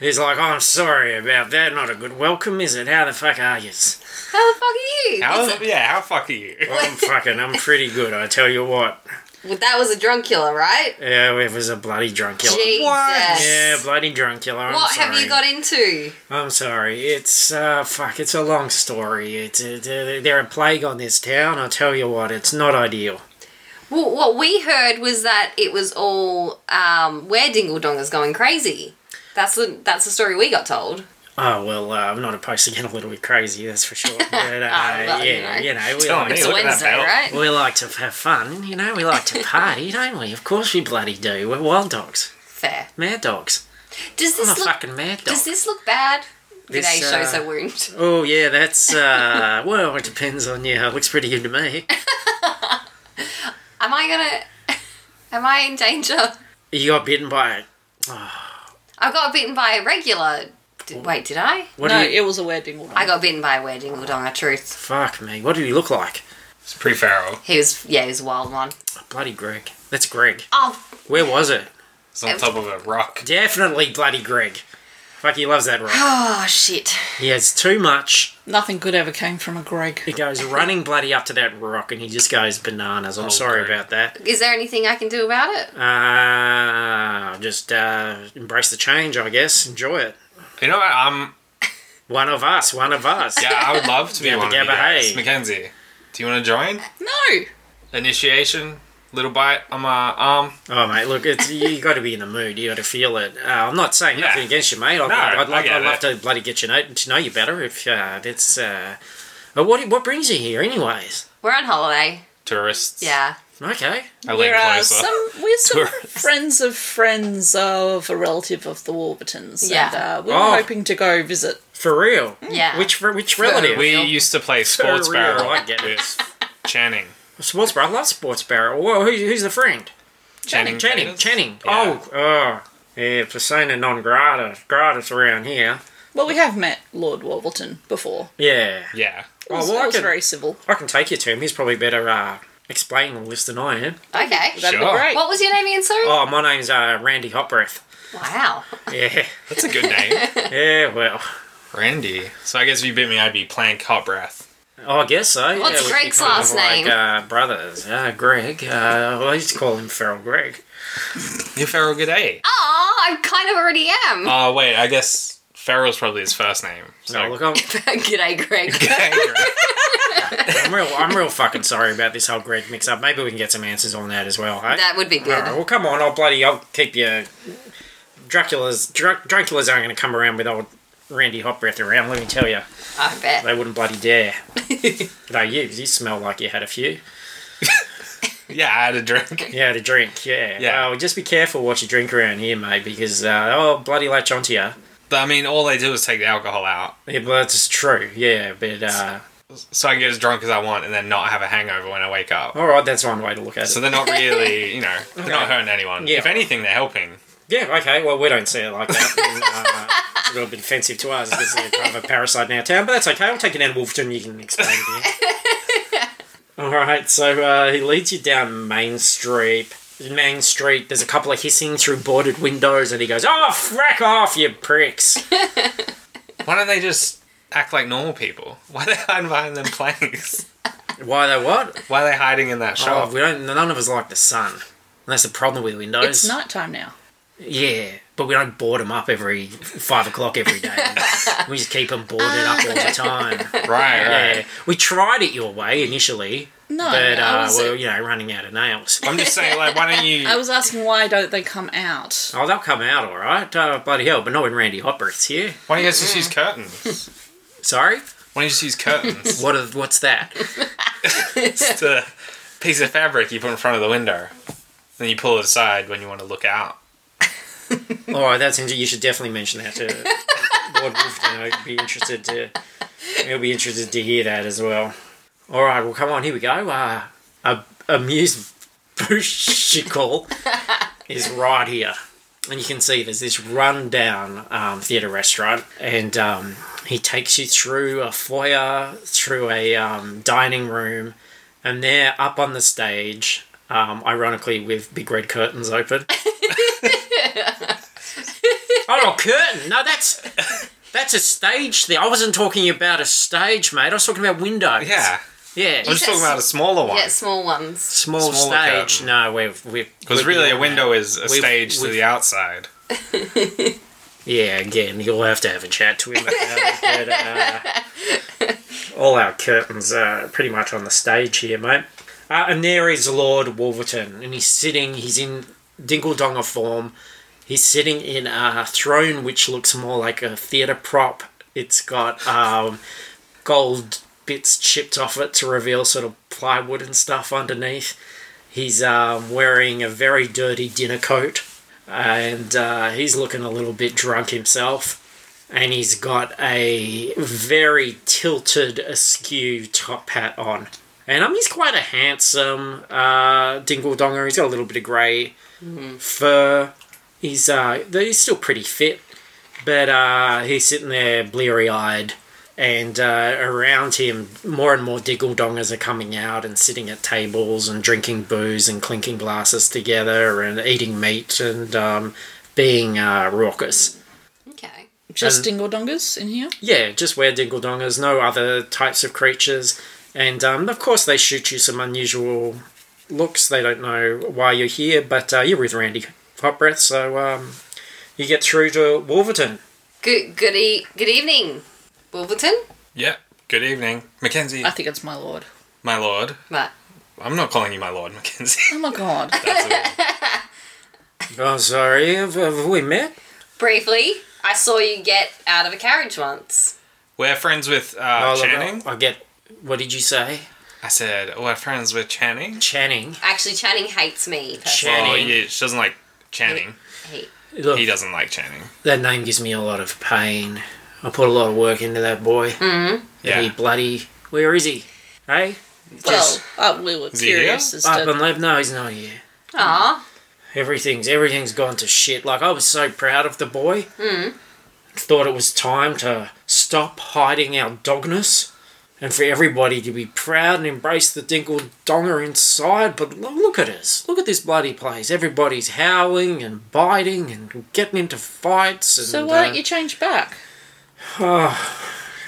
Speaker 2: he's like, "Oh, "I'm sorry about that. Not a good welcome, is it? How the fuck are you?"
Speaker 5: How the fuck are you?
Speaker 4: How,
Speaker 5: It's a-
Speaker 4: yeah, how fuck are you?
Speaker 2: I'm fucking. I'm pretty good. I tell you what.
Speaker 5: well, that was a drunk killer, right?
Speaker 2: Yeah, it was a bloody drunk killer.
Speaker 5: Jesus.
Speaker 2: Yeah, bloody drunk killer. I'm
Speaker 5: what have
Speaker 2: sorry.
Speaker 5: you got into?
Speaker 2: I'm sorry. It's uh, fuck. It's a long story. It's uh, they're they're a plague on this town. I tell you what, it's not ideal.
Speaker 5: Well, what we heard was that it was all um, where Dingle Donga's going crazy. That's the that's the story we got told.
Speaker 2: Oh well, uh, I'm not opposed to getting a little bit crazy. That's for sure. But, uh,
Speaker 5: Oh, well, you
Speaker 2: yeah,
Speaker 5: know.
Speaker 2: you know, we
Speaker 4: Tell
Speaker 2: like,
Speaker 4: me.
Speaker 5: It's a
Speaker 4: look at that
Speaker 5: Wednesday,
Speaker 4: belt.
Speaker 5: right?
Speaker 2: we like to have fun. You know, we like to party, don't we? Of course, we bloody do. We're wild dogs,
Speaker 5: Fair.
Speaker 2: mad dogs.
Speaker 5: Does
Speaker 2: I'm a
Speaker 5: this look?
Speaker 2: fucking mad dog.
Speaker 5: Does this look bad?
Speaker 2: This,
Speaker 5: G'day
Speaker 2: uh,
Speaker 5: shows her wound.
Speaker 2: Oh yeah, that's uh. well, it depends on you. It looks pretty good to me.
Speaker 5: Am I gonna? Am I in danger?
Speaker 2: You got bitten by it.
Speaker 5: I got bitten by a regular. Did, wait, did I?
Speaker 2: What
Speaker 3: no,
Speaker 2: do you?
Speaker 3: it was a weird dingle.
Speaker 5: I got bitten by a were dingle donger. Truth.
Speaker 2: Fuck me. What do you look like?
Speaker 4: It's pretty feral.
Speaker 5: He was yeah, he was a wild one.
Speaker 2: Bloody Greg. That's Greg.
Speaker 5: Oh,
Speaker 2: Where was it?
Speaker 4: It's on top of a rock.
Speaker 2: Definitely bloody Greg. Fuck, he loves that rock.
Speaker 5: oh shit.
Speaker 2: He has too much.
Speaker 3: Nothing good ever came from a Greg.
Speaker 2: He goes running bloody up to that rock and he just goes bananas. I'm
Speaker 4: Oh,
Speaker 2: sorry
Speaker 4: Greg.
Speaker 2: about that.
Speaker 5: Is there anything I can do about it?
Speaker 2: Uh, just uh, embrace the change, I guess. Enjoy it.
Speaker 4: You know what? Um,
Speaker 2: One of us, one of us.
Speaker 4: yeah, I would love to be
Speaker 2: Gabba
Speaker 4: one of you
Speaker 2: gabba
Speaker 4: guys.
Speaker 2: hey.
Speaker 4: Mackenzie, do you want to join?
Speaker 3: No,
Speaker 4: Initiation, little bite um, on my arm.
Speaker 2: Oh, mate, look, it's, you got to be in the mood. You got to feel it. Uh, I'm not saying
Speaker 4: Yeah.
Speaker 2: nothing against you, mate. I'd,
Speaker 4: No,
Speaker 2: I'd, I'd,
Speaker 4: I
Speaker 2: love,
Speaker 4: get
Speaker 2: I'd love to
Speaker 4: that.
Speaker 2: bloody get you know, to know you better if uh, that's. Uh, but what, what brings you here, anyways?
Speaker 5: We're on holiday.
Speaker 4: Tourists.
Speaker 5: Yeah.
Speaker 2: Okay.
Speaker 4: I lean
Speaker 3: we're uh,
Speaker 4: closer.
Speaker 3: some we're some
Speaker 4: Tourists.
Speaker 3: friends of friends of a relative of the Warburtons.
Speaker 5: Yeah.
Speaker 3: and, uh, we were
Speaker 2: Oh.
Speaker 3: hoping to go visit.
Speaker 2: For real?
Speaker 5: Yeah.
Speaker 2: Which which relative?
Speaker 4: we used to play sports
Speaker 2: real,
Speaker 4: barrel
Speaker 2: I get it.
Speaker 4: with Channing.
Speaker 2: Sports Bar. I love Sports Barrel. Whoa, who's, who's the friend?
Speaker 4: Mm. Channing.
Speaker 2: Channing.
Speaker 4: Tatum?
Speaker 2: Channing.
Speaker 4: Yeah.
Speaker 2: Oh, oh. Yeah, persona non grata. Gratis around here.
Speaker 3: Well, we have met Lord Warburton before.
Speaker 2: Yeah.
Speaker 4: Yeah.
Speaker 3: It was,
Speaker 2: well, I
Speaker 3: it was
Speaker 2: can-
Speaker 3: very civil.
Speaker 2: I can take you to him. He's probably better uh, explaining all this than I am.
Speaker 5: Okay.
Speaker 3: That'd
Speaker 4: Sure.
Speaker 3: be great.
Speaker 5: What was your name again, sir?
Speaker 2: Oh, my name's uh, Randy Hopbreath.
Speaker 5: Wow.
Speaker 2: Yeah.
Speaker 4: That's a good name.
Speaker 2: yeah, well.
Speaker 4: Randy. So I guess if you bit me, I'd be Plank Hot Breath.
Speaker 2: Oh, I guess so.
Speaker 5: What's
Speaker 2: yeah, we'd be
Speaker 5: Greg's
Speaker 2: kind of
Speaker 5: last
Speaker 2: like,
Speaker 5: name?
Speaker 2: Uh, brothers. Uh, Greg. Uh, well, I used to call him Feral Greg.
Speaker 4: You Feral G'day.
Speaker 5: Oh, I kind of already am.
Speaker 4: Oh, wait, I guess Feral's probably his first name. So.
Speaker 2: No, look, I'm,
Speaker 5: G'day, Greg.
Speaker 2: I'm real. I'm real fucking sorry about this whole Greg mix-up. Maybe we can get some answers on that as well. Hey?
Speaker 5: That would be
Speaker 2: All
Speaker 5: good.
Speaker 2: right, well, come on. I'll bloody. I'll keep you. Dracula's Dra- Dracula's aren't going to come around with old Randy Hopbreath around. Let me tell you,
Speaker 5: I bet.
Speaker 2: they wouldn't bloody dare. Though you, you smell like you had a few.
Speaker 4: yeah, I had a drink.
Speaker 2: Yeah, to drink. Yeah.
Speaker 4: Yeah.
Speaker 2: Well, just be careful what you drink around here, mate, because uh, oh, bloody latch onto you.
Speaker 4: But, I mean, all they do is take the alcohol out.
Speaker 2: Yeah, but that's true. Yeah, but uh,
Speaker 4: So I can get as drunk as I want and then not have a hangover when I wake up.
Speaker 2: all right, that's one way to look at it.
Speaker 4: So they're not really, you know, they're not hurting anyone.
Speaker 2: Yeah.
Speaker 4: If anything, they're helping.
Speaker 2: Yeah, okay. Well, we don't see it like that. And, uh, it's a little bit offensive to us. This is kind of a parasite in our town, but that's okay. I'll take it down to Wolverton. You can explain it. to you. All right. So uh, he leads you down Main Street. Main Street. There's a couple of hissing through boarded windows, and he goes, "Oh, frack off, you pricks!"
Speaker 4: Why don't they just act like normal people? Why are they hiding behind them planks?
Speaker 2: Why they what?
Speaker 4: Why are they hiding in that
Speaker 2: Oh,
Speaker 4: shop?
Speaker 2: we don't. None of us like the sun. That's the problem with windows.
Speaker 3: It's nighttime now.
Speaker 2: Yeah, but we don't board them up every five o'clock every day. we just keep them boarded up all the time.
Speaker 4: Oh, Right, right.
Speaker 2: Yeah, we tried it your way initially,
Speaker 3: No,
Speaker 2: but
Speaker 3: I
Speaker 2: uh,
Speaker 3: was.
Speaker 2: we're you know running out of nails.
Speaker 4: I'm just saying, like, why don't you?
Speaker 3: I was asking why don't they come out?
Speaker 2: Oh, they'll come out all right. Uh, bloody hell, but not when Randy Hopper's here.
Speaker 4: Why don't you guys just use curtains?
Speaker 2: Sorry,
Speaker 4: Why don't you just use curtains?
Speaker 2: what? Are, what's that?
Speaker 4: It's the piece of fabric you put in front of the window, then you pull it aside when you want to look out.
Speaker 2: All right, Oh, that's interesting. You should definitely mention that to Lord Wolfton. I'd be interested to. He'll be interested to hear that as well. All right, well, come on, here we go. Uh, a, a muse Bushicle is right here. And you can see there's this rundown um, theatre restaurant, and um, he takes you through a foyer, through a um, dining room, and there up on the stage, um, ironically, with big red curtains open. oh, no, curtain! No, that's. That's a stage thing. I wasn't talking about a stage, mate. I was talking about windows.
Speaker 4: Yeah.
Speaker 2: Yeah.
Speaker 4: I'm just talking about a smaller one.
Speaker 5: Yeah, small ones.
Speaker 2: small
Speaker 4: Smaller
Speaker 2: stage.
Speaker 4: curtain.
Speaker 2: No, we've we've
Speaker 4: Because
Speaker 2: we've
Speaker 4: really, a
Speaker 2: beyond that.
Speaker 4: window is a
Speaker 2: We've-
Speaker 4: stage to
Speaker 2: we've-
Speaker 4: the outside.
Speaker 2: Yeah, again, you'll have to have a chat to him about it. But, uh, all our curtains are pretty much on the stage here, mate. Uh, and there is Lord Wolverton, and he's sitting. He's in Dingle Donger form. He's sitting in a throne which looks more like a theatre prop. It's got um, gold bits chipped off it to reveal sort of plywood and stuff underneath. He's um, wearing a very dirty dinner coat and uh, he's looking a little bit drunk himself. And he's got a very tilted askew top hat on. And um, he's quite a handsome uh, dingle donger. He's got a little bit of grey fur. He's uh, he's still pretty fit, but uh, he's sitting there bleary eyed. And uh, around him, more and more diggle dongers are coming out and sitting at tables and drinking booze and clinking glasses together and eating meat and um, being uh, raucous.
Speaker 5: Okay.
Speaker 3: Just dingle dongers in here.
Speaker 2: Yeah, just wear dingle dongers, no other types of creatures. And um, of course, they shoot you some unusual looks. They don't know why you're here, but uh, you're with Randy Hot Breath, so um, you get through to Wolverton.
Speaker 5: Good good e- good evening, Wolverton.
Speaker 4: Yeah. Good evening, Mackenzie.
Speaker 3: I think it's my lord.
Speaker 4: my lord.
Speaker 5: Right.
Speaker 4: I'm not calling you my lord, Mackenzie.
Speaker 3: Oh my god.
Speaker 4: That's all.
Speaker 2: Oh, sorry, have, have we met?
Speaker 5: Briefly, I saw you get out of a carriage once.
Speaker 4: We're friends with uh,
Speaker 2: Oh, look,
Speaker 4: Channing.
Speaker 2: I I get. What did you say?
Speaker 4: I said we're friends with Channing.
Speaker 2: Channing.
Speaker 5: Actually, Channing hates me. personally.
Speaker 4: Oh,
Speaker 2: Channing.
Speaker 4: yeah, she doesn't like Channing.
Speaker 5: He-
Speaker 2: Look,
Speaker 4: He doesn't like Channing.
Speaker 2: that name gives me a lot of pain. I put a lot of work into that boy. Mm-hmm.
Speaker 4: Yeah.
Speaker 2: He bloody. Where is he? Hey?
Speaker 3: Well, uh, we were
Speaker 4: he here?
Speaker 3: curious as
Speaker 2: Up
Speaker 3: to
Speaker 2: and left? No, he's not here.
Speaker 5: Aw.
Speaker 2: Everything's everything's gone to shit. Like I was so proud of the boy. Mm. Thought it was time to stop hiding our dogness, and for everybody to be proud and embrace the dingle donger inside. But lo- look at us. Look at this bloody place. Everybody's howling and biting and getting into fights. And, uh,
Speaker 3: So why don't you change back?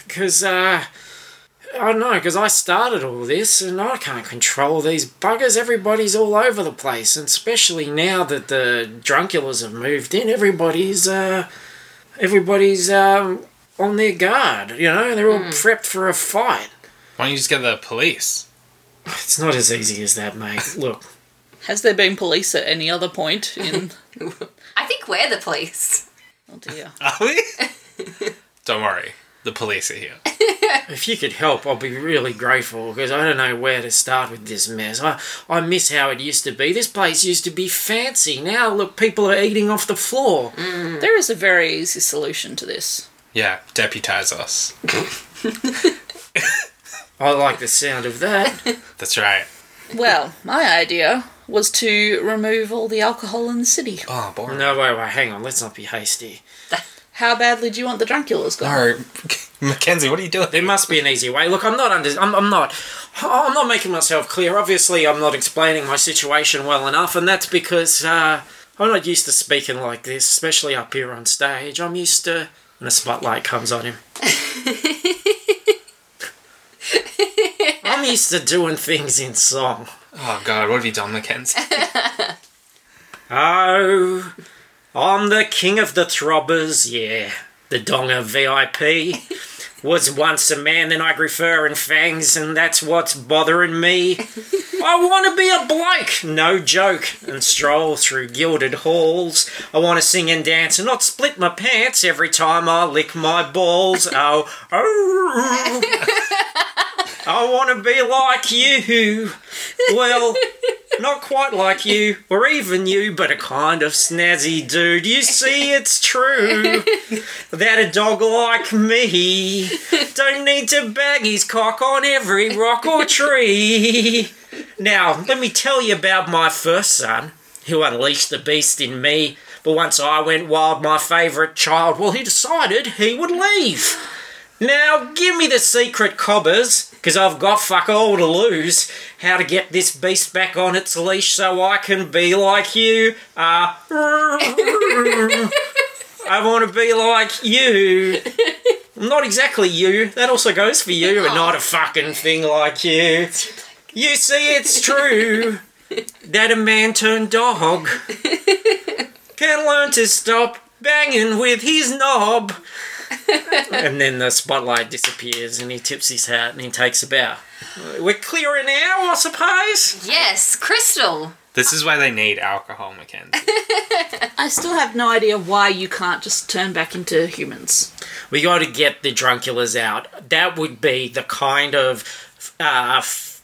Speaker 2: Because uh, I don't know. Because I started all this, and I can't control these buggers. Everybody's all over the place, and especially now that the drunkulas have moved in, everybody's uh, everybody's um, on their guard. You know, they're all prepped for a fight.
Speaker 4: Why don't you just get the police?
Speaker 2: It's not as easy as that, mate. Look,
Speaker 3: Has there been police at any other point in?
Speaker 5: I think we're the police.
Speaker 3: oh dear.
Speaker 4: Are we? Don't worry. The police are here.
Speaker 2: if you could help, I'll be really grateful because I don't know where to start with this mess. I, I miss how it used to be. This place used to be fancy. Now, look, people are eating off the floor.
Speaker 3: There is a very easy solution to this.
Speaker 4: Yeah, deputize us.
Speaker 2: I like the sound of that.
Speaker 4: That's right.
Speaker 3: Well, my idea was to remove all the alcohol in the city.
Speaker 4: Oh, boring.
Speaker 2: No, wait, wait, hang on. Let's not be hasty.
Speaker 3: How badly do you want the drunkulas gone?
Speaker 4: No, Mackenzie, what are you doing?
Speaker 2: There must be an easy way. Look, I'm not under. I'm, I'm not. I'm not making myself clear. Obviously, I'm not explaining my situation well enough, and that's because uh, I'm not used to speaking like this, especially up here on stage. I'm used to. And a spotlight comes on him. I'm used to doing things in song.
Speaker 4: Oh God, what have you done, Mackenzie?
Speaker 2: Oh, I'm the king of the throbbers, yeah. The donger VIP was once a man, then I grew fur and fangs, and that's what's bothering me. I want to be a bloke, no joke, and stroll through gilded halls. I want to sing and dance and not split my pants every time I lick my balls. Oh, oh. I want to be like you. Well, Not quite like you, or even you, but a kind of snazzy dude. You see, it's true that a dog like me don't need to bag his cock on every rock or tree. Now, let me tell you about my first son, who unleashed the beast in me. But once I went wild, my favourite child, well, he decided he would leave. Now, give me the secret, cobbers, because I've got fuck all to lose. How to get this beast back on its leash so I can be like you. Uh, I want to be like you. Not exactly you. That also goes for you, but not a fucking thing like you. You see, it's true that a man turned dog can learn to stop banging with his knob. and then the spotlight disappears and he tips his hat and he takes a bow. We're clearing now, I suppose?
Speaker 5: Yes, Crystal.
Speaker 4: This is why they need alcohol, Mackenzie.
Speaker 3: I still have no idea why you can't just turn back into humans.
Speaker 2: We got to get the drunkulas out. That would be the kind of. Uh, f-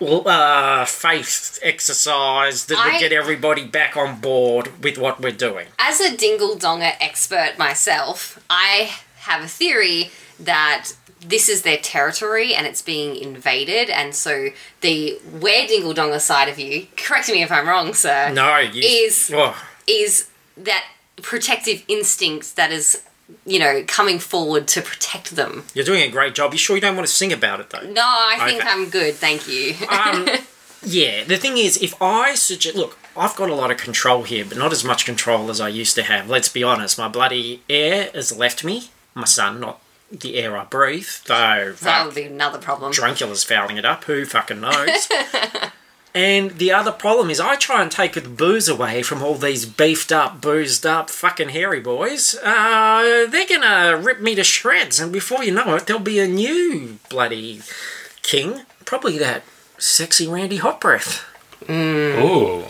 Speaker 2: l- uh, faith exercise that would
Speaker 5: I-
Speaker 2: get everybody back on board with what we're doing.
Speaker 5: As a dingle donger expert myself, I have a theory that this is their territory and it's being invaded, and so the where dingle donger side of you, correct me if I'm wrong, sir,
Speaker 2: No, you,
Speaker 5: Is-
Speaker 2: Oh,
Speaker 5: is that protective instinct that is, you know, coming forward to protect them.
Speaker 2: you're doing a great job. You sure you don't want to sing about it though?
Speaker 5: No, I think
Speaker 2: Okay.
Speaker 5: I'm good, thank you.
Speaker 2: um, yeah, the thing is, if I suggest, look, I've got a lot of control here, but not as much control as I used to have. Let's be honest, my bloody air has left me. My son, not the air I breathe, though.
Speaker 5: that
Speaker 2: fuck,
Speaker 5: would be another problem.
Speaker 2: Druncula's fouling it up. Who fucking knows? and the other problem is, I try and take the booze away from all these beefed up, boozed up, fucking hairy boys. Uh, they're gonna rip me to shreds, and before you know it, there'll be a new bloody king. Probably that sexy Randy Hot Breath.
Speaker 4: Ooh.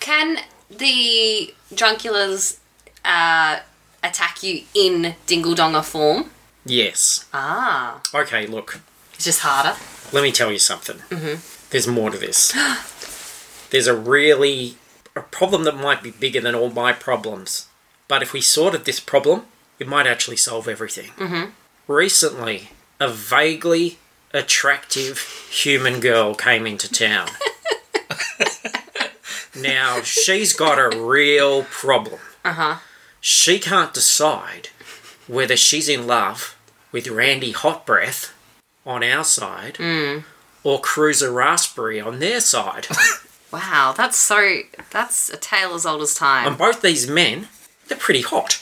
Speaker 5: Can the drunculas uh, attack you in dingle donger form?
Speaker 2: Yes.
Speaker 5: Ah,
Speaker 2: Okay, look,
Speaker 5: it's just harder.
Speaker 2: let me tell you something. Mm-hmm. There's more to this. There's a really a problem that might be bigger than all my problems. But if we sorted this problem, it might actually solve everything. Mm-hmm. Recently, a vaguely attractive human girl came into town. now, she's got a real problem.
Speaker 5: Uh
Speaker 2: Uh-huh.
Speaker 5: huh.
Speaker 2: She can't decide whether she's in love with Randy Hot Breath on our side or Cruiser Raspberry on their side.
Speaker 5: Wow, that's so. That's a tale as old as time.
Speaker 2: and both these men, they're pretty hot.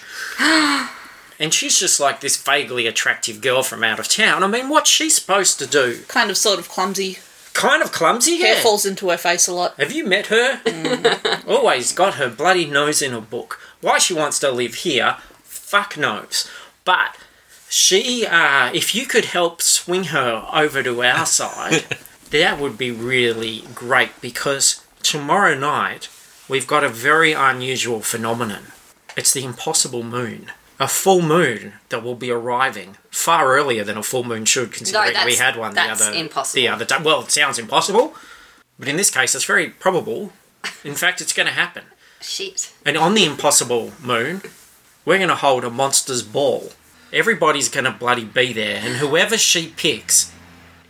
Speaker 2: and she's just like this vaguely attractive girl from out of town. I mean, what's she supposed to do?
Speaker 3: Kind of sort of clumsy.
Speaker 2: Kind of clumsy,
Speaker 3: Hair
Speaker 2: yeah.
Speaker 3: falls into her face a lot.
Speaker 2: Have you met her? Always got her bloody nose in a book. Why she wants to live here, fuck knows. But she, uh, if you could help swing her over to our side, that would be really great because tomorrow night we've got a very unusual phenomenon. It's the impossible moon. A full moon that will be arriving far earlier than a full moon should, considering we
Speaker 5: that's-
Speaker 2: had one
Speaker 5: that's
Speaker 2: the other
Speaker 5: impossible.
Speaker 2: the other day. Well, it sounds impossible, but in this case, it's very probable. In fact, it's going to happen.
Speaker 5: Shit.
Speaker 2: And on the impossible moon, we're going to hold a monster's ball. Everybody's going to bloody be there, and whoever she picks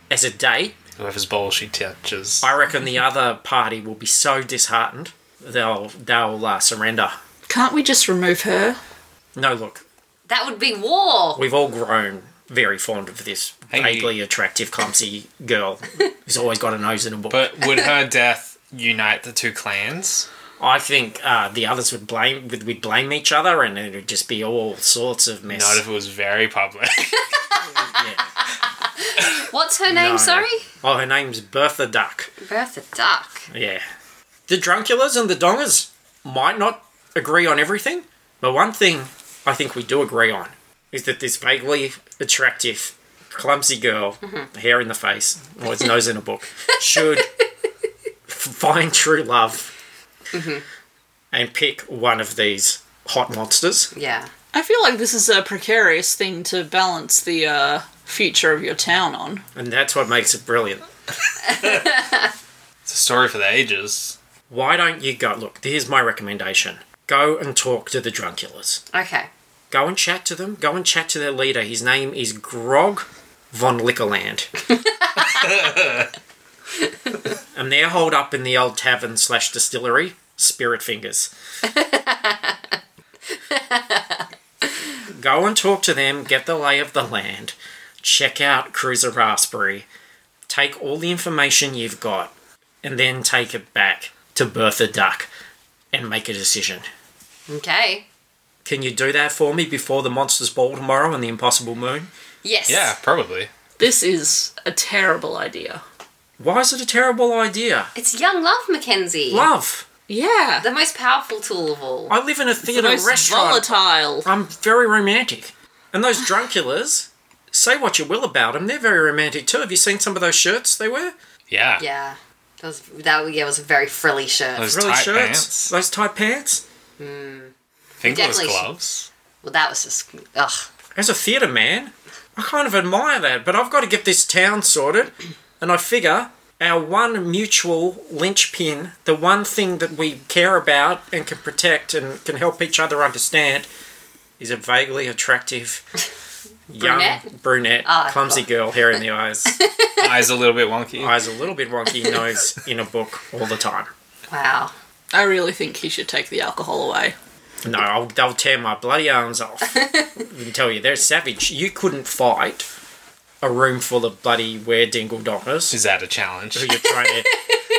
Speaker 2: as a date,
Speaker 4: Whoever's ball she touches.
Speaker 2: I reckon the other party will be so disheartened they'll they'll uh, surrender.
Speaker 3: Can't we just remove her?
Speaker 2: No, look,
Speaker 5: That would be war.
Speaker 2: we've all grown very fond of this
Speaker 4: Hey.
Speaker 2: vaguely attractive, clumsy girl who's always got a nose in a book.
Speaker 4: But would her death unite the two clans?
Speaker 2: I think uh, the others would blame would, would blame each other, and it would just be all sorts of mess.
Speaker 4: Not if it was very public.
Speaker 2: Yeah.
Speaker 5: What's her name?
Speaker 2: No.
Speaker 5: Sorry,
Speaker 2: Oh, her name's Bertha Duck.
Speaker 5: Bertha Duck.
Speaker 2: Yeah. The drunkulas and the dongers might not agree on everything, but one thing I think we do agree on is that this vaguely attractive, clumsy girl, hair in the face, or its nose in a book, should f- find true love and pick one of these hot monsters.
Speaker 5: Yeah.
Speaker 3: I feel like this is a precarious thing to balance the uh, future of your town on.
Speaker 2: And that's what makes it brilliant.
Speaker 4: it's a story for the ages.
Speaker 2: Why don't you go? Look, here's my recommendation go and talk to the drunkulars.
Speaker 5: Okay.
Speaker 2: Go and chat to them. Go and chat to their leader. His name is Grog von Liquorland. and they're holed up in the old tavern slash distillery, Spirit Fingers. go and talk to them, get the lay of the land, check out Cruiser Raspberry, take all the information you've got, and then take it back to Bertha Duck and make a decision.
Speaker 5: Okay.
Speaker 2: Can you do that for me before the Monsters Ball tomorrow and the Impossible Moon?
Speaker 5: Yes.
Speaker 4: Yeah, probably.
Speaker 3: This is a terrible idea.
Speaker 2: Why is it a terrible idea?
Speaker 5: It's young love, Mackenzie.
Speaker 2: Love.
Speaker 3: Yeah.
Speaker 5: The most powerful tool of all.
Speaker 2: I live in a
Speaker 3: The
Speaker 2: theatre
Speaker 3: most
Speaker 2: restaurant.
Speaker 3: volatile.
Speaker 2: I'm very romantic. And those drunkulars, say what you will about them, they're very romantic too. Have you seen some of those shirts they wear?
Speaker 4: Yeah.
Speaker 5: Yeah. That was that yeah, it was a very frilly shirt.
Speaker 4: Those
Speaker 2: Really
Speaker 4: tight
Speaker 2: shirts?
Speaker 4: pants.
Speaker 2: Those tight pants?
Speaker 4: I think it was
Speaker 5: Definitely.
Speaker 4: gloves.
Speaker 5: well that was just ugh.
Speaker 2: As a theatre man, I kind of admire that, but I've got to get this town sorted. And I figure our one mutual linchpin, the one thing that we care about and can protect and can help each other understand, is a vaguely attractive young
Speaker 5: Brunette?
Speaker 2: brunette,
Speaker 5: Ah,
Speaker 2: clumsy
Speaker 5: God.
Speaker 2: girl, hair in the eyes,
Speaker 4: Eyes a little bit wonky.
Speaker 2: eyes a little bit wonky, nose in a book all the time.
Speaker 5: Wow.
Speaker 3: I really think he should take the alcohol away.
Speaker 2: No, I'll, they'll tear my bloody arms off. I can tell you, they're savage. You couldn't fight a room full of bloody were dingle doggers
Speaker 4: Is that a challenge?
Speaker 2: who you're trying to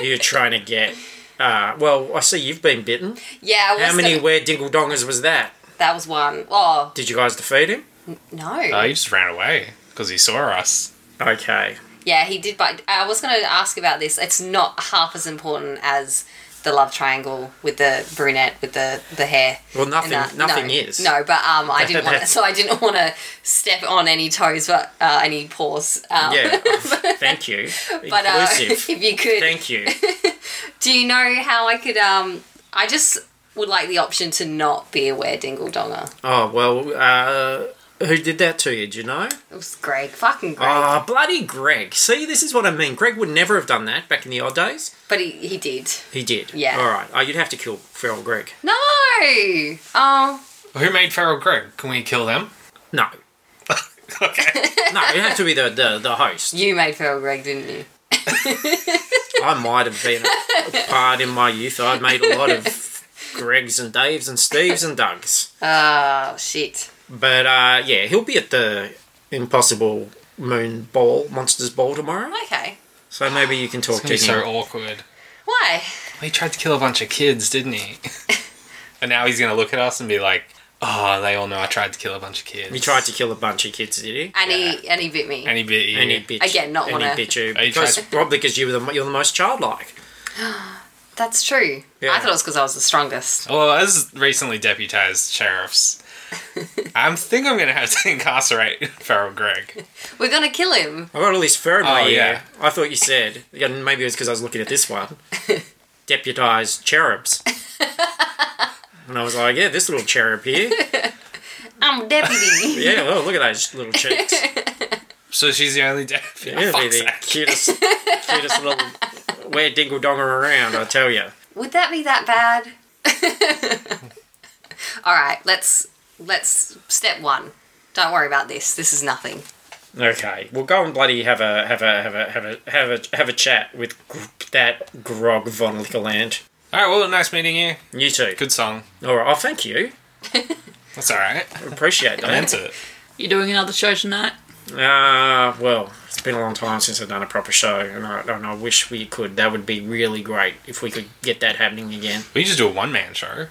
Speaker 2: who you're trying to get. Uh, well, I see you've been bitten.
Speaker 5: Yeah, I was
Speaker 2: How many
Speaker 5: gonna-
Speaker 2: were dingle dongers was that?
Speaker 5: that was one. Oh
Speaker 2: Did you guys defeat him?
Speaker 5: no.
Speaker 4: Oh, he just ran away because he saw us.
Speaker 2: Okay.
Speaker 5: Yeah, he did but I was gonna ask about this. It's not half as important as the love triangle with the brunette with the, the hair.
Speaker 2: Well, nothing.
Speaker 5: And, uh,
Speaker 2: nothing
Speaker 5: no,
Speaker 2: is.
Speaker 5: No, but um, I didn't want to,
Speaker 2: That's-
Speaker 5: so I didn't want to step on any toes, but uh, any paws. Um,
Speaker 2: Yeah. Thank you.
Speaker 5: But uh,
Speaker 2: Inclusive.
Speaker 5: if you could,
Speaker 2: Thank you.
Speaker 5: do you know how I could? Um, I just would like the option to not be aware dingle donger.
Speaker 2: Oh well. Uh, who did that to you? Do you know?
Speaker 5: It was Greg, fucking Greg,
Speaker 2: Ah, bloody Greg. See, this is what I mean. Greg would never have done that back in the old days.
Speaker 5: but he, he did.
Speaker 2: He did.
Speaker 5: Yeah.
Speaker 2: All right. Oh, you'd have to kill feral Greg.
Speaker 5: No, oh,
Speaker 4: Who made Feral Greg? Can we kill them?
Speaker 2: No.
Speaker 4: Okay.
Speaker 2: No, it'd have to be the, the, the host.
Speaker 5: you made feral Greg, didn't you?
Speaker 2: I might have been a, a part in my youth. I made a lot of Gregs and Daves and Steves and Dougs.
Speaker 5: Oh shit.
Speaker 2: But uh, yeah, he'll be at the Impossible Moon Ball, Monsters Ball tomorrow.
Speaker 5: Okay,
Speaker 2: So maybe you can talk to him.
Speaker 4: He's so awkward.
Speaker 5: why?
Speaker 4: He tried to kill a bunch of kids, didn't he? and now he's gonna look at us and be like, "Oh, they all know I tried to kill a bunch of kids."
Speaker 2: he tried to kill a bunch of kids, did he?
Speaker 5: And he and he bit me.
Speaker 4: And he bit you.
Speaker 2: And he bitch.
Speaker 5: Again, not
Speaker 2: and
Speaker 5: wanna-
Speaker 2: he bit you.
Speaker 4: He tried-
Speaker 2: Because, probably because you were the, you're the most childlike.
Speaker 5: That's true.
Speaker 2: Yeah.
Speaker 5: I thought it was because I was the strongest.
Speaker 4: Well, as recently deputized sheriffs, I think I'm gonna have to incarcerate Feral Greg.
Speaker 5: We're gonna kill him.
Speaker 2: I got all this fur in my
Speaker 4: Oh,
Speaker 2: ear.
Speaker 4: yeah.
Speaker 2: I thought you said. Yeah, maybe it was because I was looking at this one. Deputized cherubs. and I was like, yeah, this little cherub here.
Speaker 5: I'm deputy.
Speaker 2: Yeah, well, look at those little cheeks.
Speaker 4: So she's the only deputy.
Speaker 2: Yeah, they're
Speaker 4: Fuck's
Speaker 2: the
Speaker 4: sake.
Speaker 2: cutest, cutest little where dingle donger around. I tell you.
Speaker 5: Would that be that bad? All right, let's let's step one. Don't worry about this. This is nothing.
Speaker 2: Okay, we'll go and bloody have a have a have a have a have a have a chat with gr- that grog von Liquorland.
Speaker 4: All right. Well, nice meeting you.
Speaker 2: You too.
Speaker 4: Good song.
Speaker 2: All right. Oh, thank you.
Speaker 4: That's all right.
Speaker 2: Appreciate
Speaker 4: I meant
Speaker 2: that.
Speaker 4: it.
Speaker 3: You doing another show tonight?
Speaker 2: Uh, well, it's been a long time since I've done a proper show, and I, and I wish we could. That would be really great if we could get that happening again.
Speaker 4: We just do a one man show.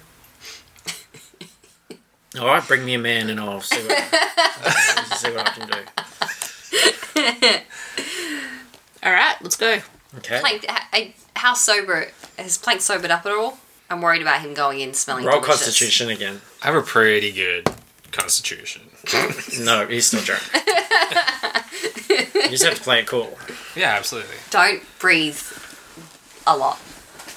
Speaker 2: All right, bring me a man, and I'll see what, I- see what I can do.
Speaker 3: All right, let's go.
Speaker 2: Okay.
Speaker 5: Plank, h- I- how sober has Plank sobered up at all? I'm worried about him going in smelling.
Speaker 2: Roll
Speaker 5: delicious.
Speaker 2: Constitution again.
Speaker 4: I have a pretty good constitution.
Speaker 2: No, he's still drunk. you just have to play it cool.
Speaker 4: Yeah, absolutely.
Speaker 5: Don't breathe a lot.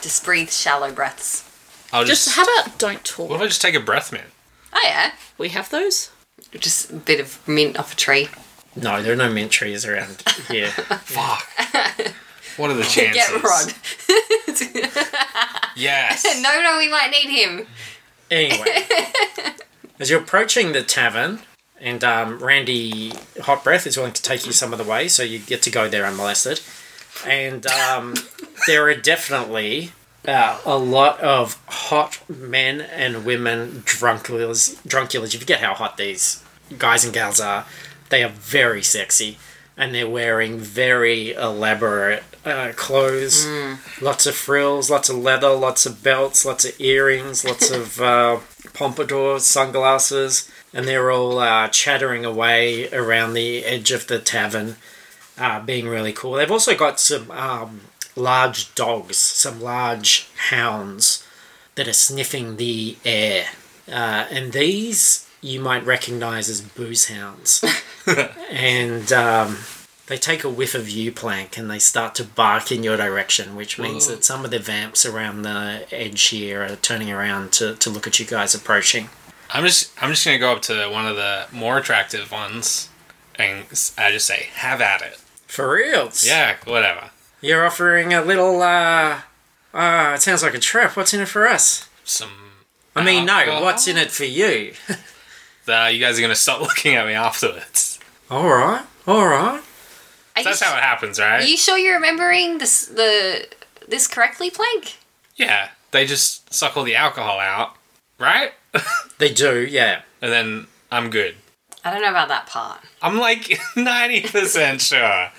Speaker 5: Just breathe shallow breaths.
Speaker 4: I'll just.
Speaker 3: Just how about don't talk?
Speaker 4: what if I just take a breath mint?
Speaker 5: Oh yeah,
Speaker 3: We have those.
Speaker 5: just a bit of mint off a tree.
Speaker 2: No, there are no mint trees around here.
Speaker 4: Fuck. what are the chances?
Speaker 5: Get Rod.
Speaker 4: Yes.
Speaker 5: no, no, we might need him.
Speaker 2: Anyway, as you're approaching the tavern, and um, Randy Hot Breath is willing to take you some of the way, so you get to go there unmolested. And um, there are definitely uh, a lot of hot men and women drunkulars. Drunkulars, you forget how hot these guys and gals are. They are very sexy, and they're wearing very elaborate uh, clothes. Lots of frills, lots of leather, lots of belts, lots of earrings, lots of uh, pompadours, sunglasses, and they're all uh, chattering away around the edge of the tavern, uh, being really cool. They've also got some um, large dogs, some large hounds that are sniffing the air. Uh, and these you might recognize as booze hounds. and um, they take a whiff of you, Plank, and they start to bark in your direction, which means that some of the vamps around the edge here are turning around to, to look at you guys approaching.
Speaker 4: I'm just I'm just gonna go up to one of the more attractive ones, and s- I just say, "Have at it."
Speaker 2: For reals?
Speaker 4: Yeah, whatever.
Speaker 2: You're offering a little, uh, uh, it sounds like a trap. What's in it for us?
Speaker 4: Some.
Speaker 2: I mean, no,
Speaker 4: Alcohol?
Speaker 2: what's in it for you?
Speaker 4: Uh, you guys are gonna stop looking at me afterwards.
Speaker 2: all right, all right.
Speaker 5: Are you,
Speaker 4: That's how it happens, right?
Speaker 5: are you sure you're remembering this the this correctly, Plank?
Speaker 4: Yeah, they just suck all the alcohol out, right?
Speaker 2: They do, yeah.
Speaker 4: And then I'm good.
Speaker 5: I don't know about that part.
Speaker 4: I'm like ninety percent sure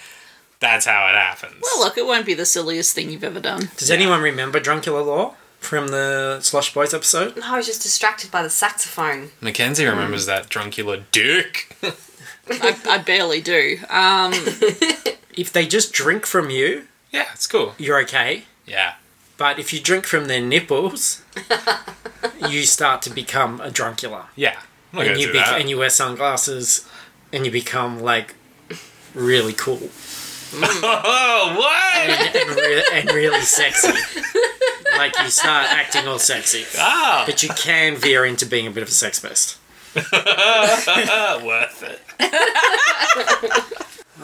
Speaker 4: that's how it happens.
Speaker 3: Well, look, it won't be the silliest thing you've ever done.
Speaker 2: Does anyone remember Drunkula Law from the Slosh Boys episode?
Speaker 5: No, I was just distracted by the saxophone.
Speaker 4: Mackenzie remembers that drunkula dick.
Speaker 3: I, I barely do. Um,
Speaker 2: If they just drink from you,
Speaker 4: yeah, it's cool.
Speaker 2: you're okay.
Speaker 4: Yeah.
Speaker 2: But if you drink from their nipples, you start to become a drunkula.
Speaker 4: Yeah. I'm not gonna
Speaker 2: and you
Speaker 4: do
Speaker 2: bec-
Speaker 4: that.
Speaker 2: and you wear sunglasses, and you become like really cool
Speaker 4: oh, what?
Speaker 2: and, re- and really sexy. like you start acting all sexy,
Speaker 4: Ah,
Speaker 2: but you can veer into being a bit of a sex pest.
Speaker 4: worth it.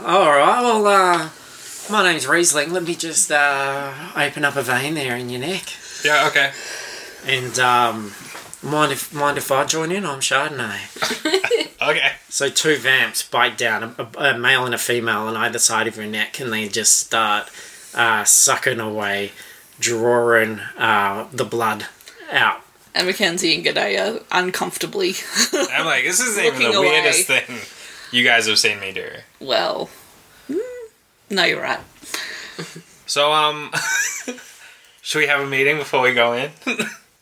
Speaker 2: All right. Well, uh, my name's Riesling. Let me just uh, open up a vein there in your neck.
Speaker 4: Yeah. Okay.
Speaker 2: And um, mind if mind if I join in? I'm Chardonnay.
Speaker 4: Okay.
Speaker 2: So two vamps bite down a, a male and a female on either side of your neck, and they just start uh, sucking away, drawing uh, the blood out.
Speaker 3: and Mackenzie and G'day are uncomfortably
Speaker 4: I'm like, this isn't even
Speaker 3: Looking
Speaker 4: the
Speaker 3: away.
Speaker 4: weirdest thing you guys have seen me do.
Speaker 3: well. mm, No, you're right.
Speaker 4: So, um, should we have a meeting before we go in?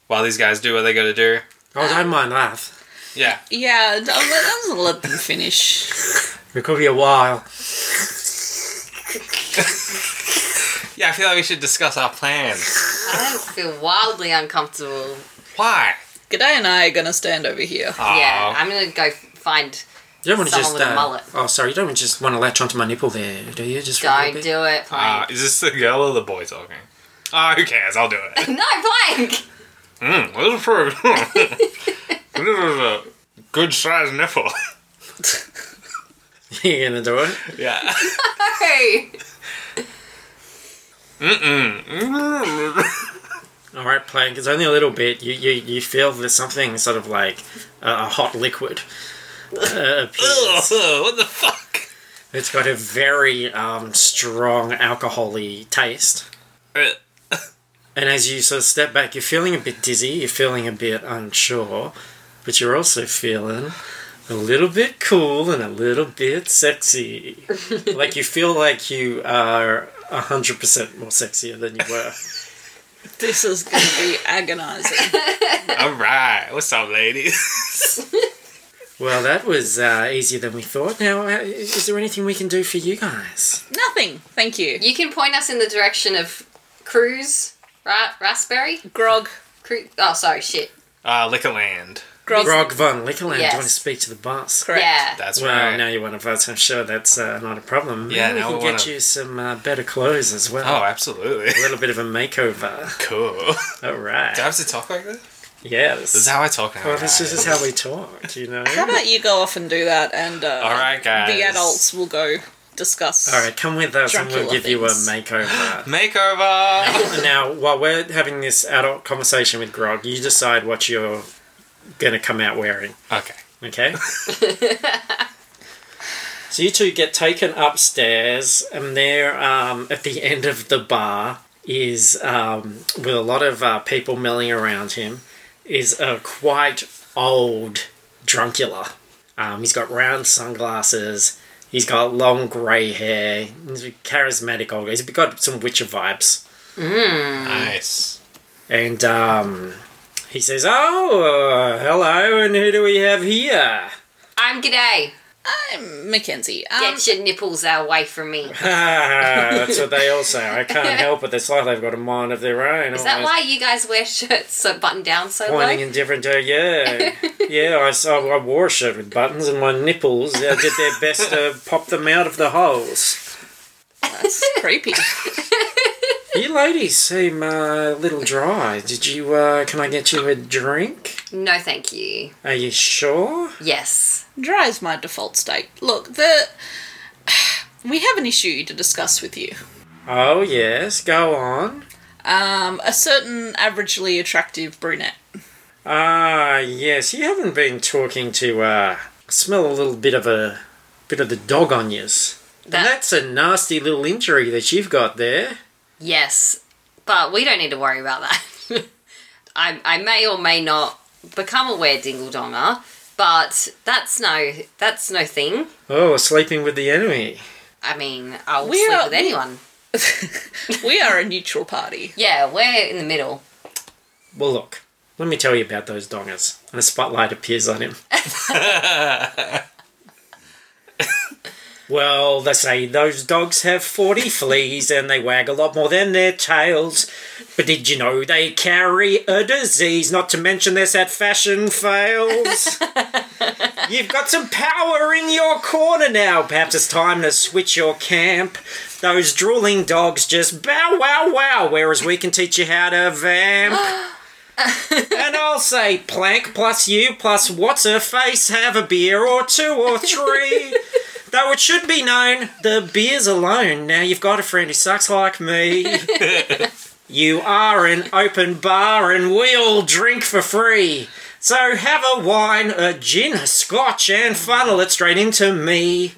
Speaker 4: While these guys do what they gotta do?
Speaker 5: Uh,
Speaker 2: Oh, don't mind that.
Speaker 4: Yeah.
Speaker 3: Yeah, I'm, I'm gonna let them finish.
Speaker 2: It could be a while.
Speaker 4: Yeah, I feel like we should discuss our plans.
Speaker 5: I don't feel wildly uncomfortable.
Speaker 4: Why?
Speaker 3: G'day and I are gonna stand over here.
Speaker 5: Yeah,
Speaker 4: Aw.
Speaker 5: I'm gonna go find.
Speaker 2: You don't want to
Speaker 5: Someone
Speaker 2: just.
Speaker 5: with a
Speaker 2: uh,
Speaker 5: mullet.
Speaker 2: Oh, sorry. You don't just want to latch onto my nipple there, do you? Just for a little
Speaker 5: Don't
Speaker 2: bit?
Speaker 5: do it,
Speaker 4: Ah,
Speaker 5: Plank.
Speaker 4: is this the girl or the boy talking? Ah, who cares? I'll do it.
Speaker 5: no, Plank.
Speaker 4: Mm, this is pretty- this is a good sized nipple.
Speaker 2: You're gonna do it.
Speaker 4: Yeah.
Speaker 5: Hey.
Speaker 4: Hmm.
Speaker 2: All right, plank. It's only a little bit. You you, you feel there's something sort of like a, a hot liquid. Uh, appears.
Speaker 4: Ugh, what the fuck?
Speaker 2: It's got a very um, strong alcoholy taste.
Speaker 4: Uh,
Speaker 2: And as you sort of step back, you're feeling a bit dizzy, you're feeling a bit unsure, but you're also feeling a little bit cool and a little bit sexy. like you feel like you are 100% more sexier than you were.
Speaker 3: This is gonna be agonizing.
Speaker 4: Alright, what's up, ladies?
Speaker 2: well, that was uh, easier than we thought. Now, uh, is there anything we can do for you guys?
Speaker 3: Nothing, thank you.
Speaker 5: You can point us in the direction of Cruz, right? Raspberry.
Speaker 3: Grog,
Speaker 5: Cru- oh, sorry, shit.
Speaker 4: Ah, Liquorland.
Speaker 3: grog,
Speaker 2: Grog von Lickland, do you want to
Speaker 5: Yes.
Speaker 2: speak to the boss?
Speaker 3: correct.
Speaker 5: Yeah.
Speaker 4: That's
Speaker 2: Well,
Speaker 4: right.
Speaker 2: now you want to vote, so I'm sure that's uh, not a problem. Maybe
Speaker 4: Yeah,
Speaker 2: we
Speaker 4: now
Speaker 2: can
Speaker 4: we
Speaker 2: get
Speaker 4: wanna-
Speaker 2: you some uh, better clothes as well.
Speaker 4: Oh, absolutely.
Speaker 2: A little bit of a makeover.
Speaker 4: Cool. Do
Speaker 2: All right.
Speaker 4: I have to talk like this?
Speaker 2: Yeah.
Speaker 4: This is how I talk now.
Speaker 2: well, Oh, this
Speaker 4: guys.
Speaker 2: is just how we talk, you know.
Speaker 3: How about you go off and do that, and uh,
Speaker 4: All right, guys.
Speaker 3: the adults will go discuss.
Speaker 2: All right, come with us and
Speaker 3: Dracula
Speaker 2: we'll give you a
Speaker 3: things.
Speaker 2: makeover.
Speaker 4: Makeover.
Speaker 2: now, while we're having this adult conversation with Grog, you decide what you're going to come out wearing,
Speaker 4: okay.
Speaker 2: okay? so you two get taken upstairs, and there um, at the end of the bar is, um, with a lot of uh, people milling around him, is a quite old drunkula. Um, he's got round sunglasses. He's got long grey hair. He's a charismatic old guy. He's got some Witcher vibes.
Speaker 4: Nice.
Speaker 2: And um, he says, Oh, uh, hello, and who do we have here?
Speaker 5: I'm G'day.
Speaker 3: I'm Mackenzie. Um,
Speaker 5: Get your nipples away from me.
Speaker 2: Ah, that's what they all say. I can't help it. It's like they've got a mind of their own.
Speaker 5: Is that why you guys wear shirts so button down so low?
Speaker 2: Pointing in different uh, yeah, yeah. I saw I wore a shirt with buttons, and my nipples uh, did their best to pop them out of the holes.
Speaker 3: That's creepy.
Speaker 2: You ladies seem uh, a little dry. Did you? Uh, can I get you a drink?
Speaker 5: No, thank you.
Speaker 2: Are you sure?
Speaker 5: Yes.
Speaker 3: Dry is my default state. Look, the we have an issue to discuss with you.
Speaker 2: Oh yes. Go on.
Speaker 3: Um, a certain averagely attractive brunette.
Speaker 2: Ah, yes. You haven't been talking to. Uh, smell a little bit of a bit of the dog on yous. And
Speaker 5: That-
Speaker 2: that's a nasty little injury that you've got there.
Speaker 5: Yes. But we don't need to worry about that. I, I may or may not become aware Dingle Donger, but that's no that's no thing.
Speaker 2: Oh, sleeping with the enemy.
Speaker 5: I mean, I'll
Speaker 3: We
Speaker 5: sleep
Speaker 3: are-
Speaker 5: with anyone.
Speaker 3: we are a neutral party.
Speaker 5: Yeah, we're in the middle.
Speaker 2: Well, look. Let me tell you about those dongers. And a spotlight appears on him. well, they say those dogs have 40 fleas and they wag a lot more than their tails. But did you know they carry a disease? Not to mention this at fashion fails. You've got some power in your corner now. Perhaps it's time to switch your camp. Those drooling dogs just bow wow wow, whereas we can teach you how to vamp. And I'll say Plank plus you plus what's her face have a beer or two or three. Though it should be known, the beer's alone. Now you've got a friend who sucks like me. you are an open bar and we all drink for free. So have a wine, a gin, a scotch, and funnel it straight into me.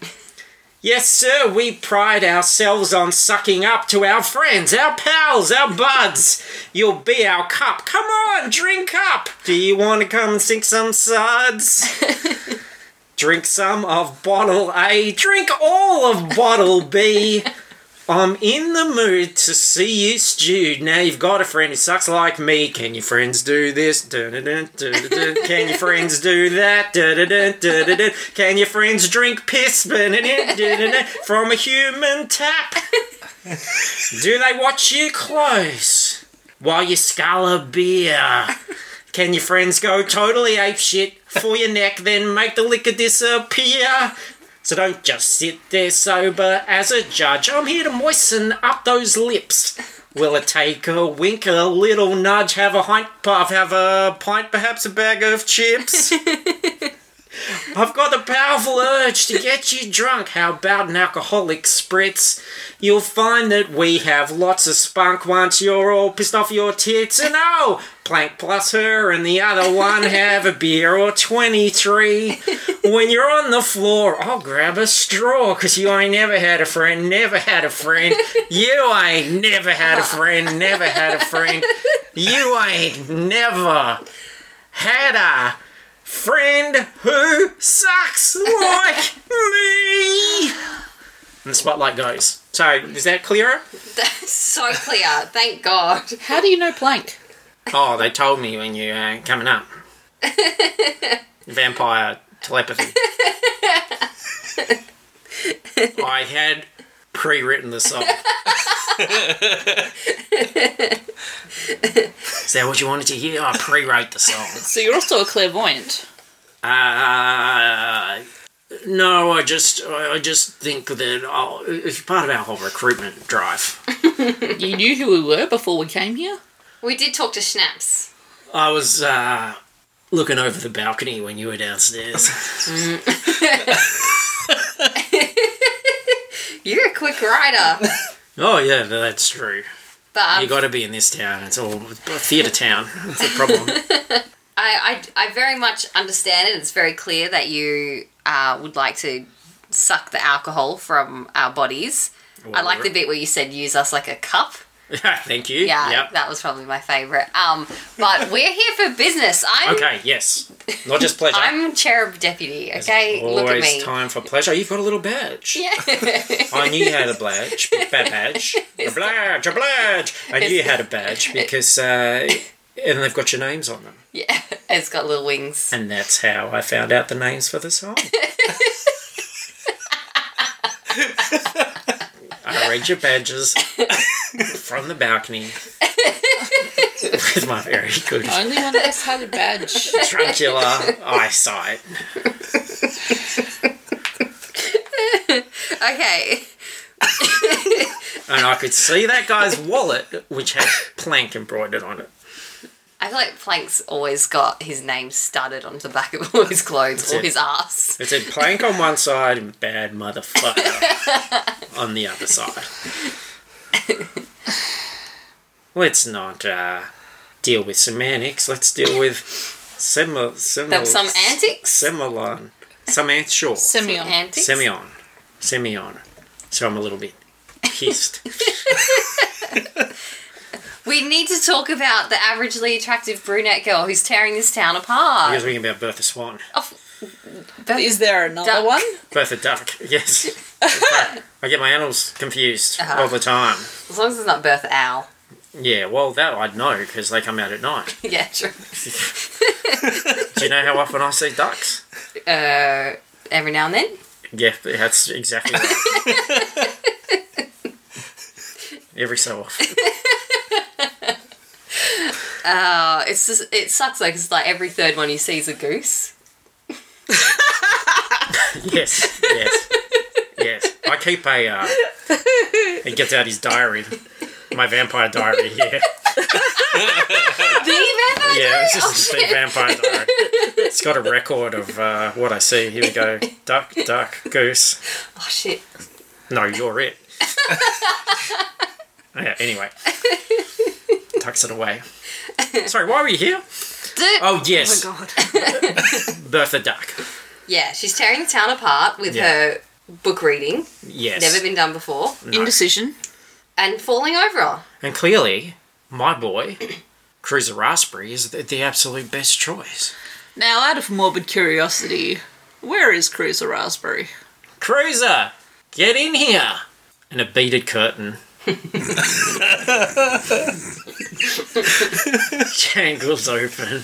Speaker 2: Yes, sir, we pride ourselves on sucking up to our friends, our pals, our buds. You'll be our cup. Come on, drink up. Do you want to come and sink some suds? drink some of bottle A, drink all of bottle B. I'm in the mood to see you stewed. Now you've got a friend who sucks like me. Can your friends do this? Dun-dun-dun, dun-dun-dun. Can your friends do that? Dun-dun-dun, dun-dun-dun. Can your friends drink piss Dun-dun-dun, dun-dun-dun, from a human tap? Do they watch you close while you scull a beer? Can your friends go totally apeshit for your neck, then make the liquor disappear? So don't just sit there sober as a judge. I'm here to moisten up those lips. Will it take a wink, a little nudge, have a pint, puff, have a pint, perhaps a bag of chips? I've got the powerful urge to get you drunk. How about an alcoholic spritz? You'll find that we have lots of spunk once you're all pissed off your tits. And oh, Plank plus her and the other one have a beer or 23. When you're on the floor, I'll grab a straw because you ain't never had a friend, never had a friend. You ain't never had a friend, never had a friend. You ain't never had a friend who sucks like me. And the spotlight goes. So, is that clearer?
Speaker 5: That's so clear. Thank God.
Speaker 3: How do you know Plank?
Speaker 2: Oh, they told me when you uh, coming up. Vampire telepathy. I had pre-written the song. Is that what you wanted to hear? I pre-wrote the song.
Speaker 3: So you're also a clairvoyant.
Speaker 2: Uh, no, I just, I I just think that I'll, it's part of our whole recruitment drive.
Speaker 3: You knew who we were before we came here.
Speaker 5: We did talk to Schnapps.
Speaker 2: I was uh, looking over the balcony when you were downstairs.
Speaker 5: You're a quick rider.
Speaker 2: Oh yeah, that's true.
Speaker 5: But um,
Speaker 2: you got to be in this town. It's all theatre town. It's a problem.
Speaker 5: I, I, I very much understand it. It's very clear that you uh, would like to suck the alcohol from our bodies. I like the bit where you said use us like a cup.
Speaker 2: Thank you.
Speaker 5: Yeah,
Speaker 2: Yep.
Speaker 5: that was probably my favorite. Um, but we're here for business. I'm
Speaker 2: Okay. Yes. Not just pleasure.
Speaker 5: I'm cherub deputy.
Speaker 2: There's
Speaker 5: Okay,
Speaker 2: Always
Speaker 5: look at me.
Speaker 2: time for pleasure. You've got a little badge.
Speaker 5: Yeah.
Speaker 2: I knew you had a badge. Big bad badge. A badge. A badge. I knew you had a badge because, uh, and they've got your names on them.
Speaker 5: yeah, it's got little wings.
Speaker 2: And that's how I found out the names for the song. I read your badges from the balcony with my very good
Speaker 3: Only one of us had a badge.
Speaker 2: truncular eyesight.
Speaker 5: Okay.
Speaker 2: And I could see that guy's wallet, which had plank embroidered on it.
Speaker 5: I feel like Plank's always got his name studded onto the back of all his clothes or
Speaker 2: it.
Speaker 5: his ass.
Speaker 2: It said plank on one side and bad motherfucker on the other side. Let's not uh, deal with semantics. Let's deal with similar.
Speaker 5: There were some antics.
Speaker 2: Similar. Some ant sure.
Speaker 3: Simeon.
Speaker 5: Antics.
Speaker 2: Simeon. Simeon. So I'm a little bit pissed.
Speaker 5: We need to talk about the averagely attractive brunette girl who's tearing this town apart.
Speaker 2: You're talking about Bertha Swan.
Speaker 5: Oh.
Speaker 3: Is there another
Speaker 5: Duck.
Speaker 3: one?
Speaker 2: Bertha Duck. Yes. I get my animals confused
Speaker 5: Uh-huh.
Speaker 2: all the time.
Speaker 5: As long as it's not Bertha Owl.
Speaker 2: Yeah, well, that I'd know because they come out at night.
Speaker 5: yeah, true.
Speaker 2: Do you know how often I see ducks?
Speaker 5: Uh, every now and then.
Speaker 2: Yeah, that's exactly right. Every so often.
Speaker 5: Uh, it's just it sucks though because like every third one you see is a goose.
Speaker 2: Yes, yes, yes. I keep a. Uh, he gets out his diary. My vampire diary, yeah.
Speaker 5: Do you ever?
Speaker 2: Yeah, it's just a big vampire diary. It's got a record of uh, what I see. Here we go. Duck, duck, goose.
Speaker 5: Oh shit!
Speaker 2: No, you're it. yeah, anyway. Tucks it away. Sorry, why were you here?
Speaker 5: Dude.
Speaker 2: Oh, yes.
Speaker 5: my god.
Speaker 2: Bertha Duck.
Speaker 5: Yeah, she's tearing the town apart with
Speaker 2: Yeah.
Speaker 5: her book reading,
Speaker 2: Yes.
Speaker 5: never been done before,
Speaker 2: Mm.
Speaker 3: Indecision.
Speaker 5: and falling over.
Speaker 2: and clearly, my boy, Cruiser Raspberry, is the, the absolute best choice.
Speaker 3: Now, out of morbid curiosity, where is Cruiser Raspberry?
Speaker 2: Cruiser, get in here! And a beaded curtain. Jangles open.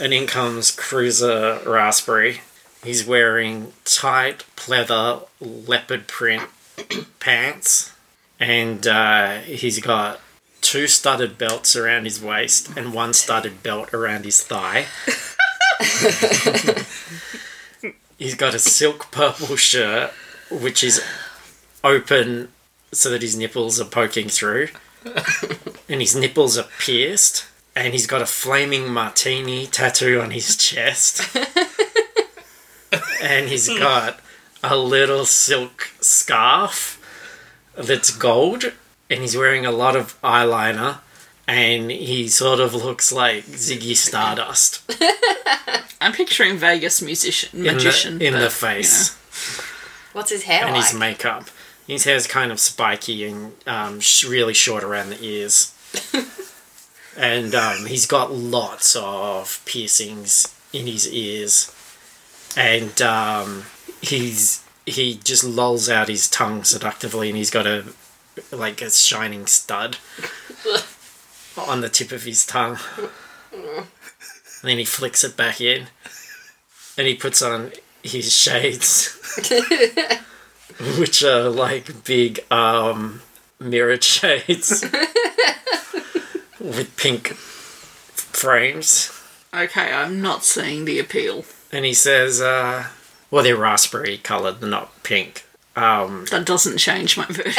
Speaker 2: And in comes Cruiser Raspberry. He's wearing tight pleather leopard print pants. And uh, he's got two studded belts around his waist and one studded belt around his thigh. He's got a silk purple shirt, which is open so that his nipples are poking through, and his nipples are pierced, and he's got a flaming martini tattoo on his chest, and he's got a little silk scarf that's gold, and he's wearing a lot of eyeliner. And he sort of looks like Ziggy Stardust
Speaker 3: I'm picturing Vegas musician,
Speaker 2: in
Speaker 3: magician.
Speaker 2: the, in the
Speaker 3: but,
Speaker 2: face.
Speaker 5: What's his hair
Speaker 2: and
Speaker 5: like?
Speaker 2: his makeup. His hair's kind of spiky and um, sh- really short around the ears. and um, he's got lots of piercings in his ears. And um, he's he just lolls out his tongue seductively, and he's got a like a shining stud on the tip of his tongue. and then he flicks it back in, and he puts on his shades which are like big um mirrored shades with pink frames
Speaker 3: Okay, I'm not seeing the appeal.
Speaker 2: and he says uh well they're raspberry colored they're not pink um
Speaker 3: That doesn't change my verdict.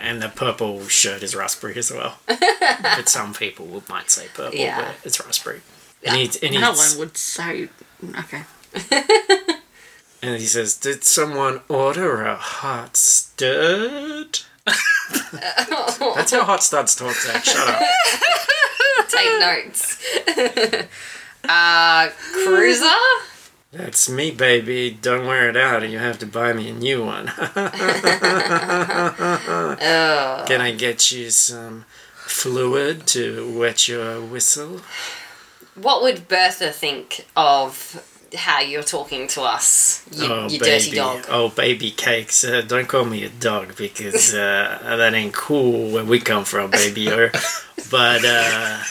Speaker 2: and the purple shirt is raspberry as well but some people would might say purple
Speaker 5: Yeah.
Speaker 2: but it's raspberry and he's and
Speaker 3: no
Speaker 2: he's
Speaker 3: one would say. Okay.
Speaker 2: And he says, Did someone order a hot stud? That's how hot studs talk, Zach. Shut up.
Speaker 5: Take notes. uh, cruiser?
Speaker 2: That's me, baby. Don't wear it out or you have to buy me a new one.
Speaker 5: Oh.
Speaker 2: Can I get you some fluid to wet your whistle?
Speaker 5: What would Bertha think of how you're talking to us, you, you dirty dog?
Speaker 2: Oh, baby cakes. Uh, don't call me a dog because uh, that ain't cool where we come from, baby. Or, but uh,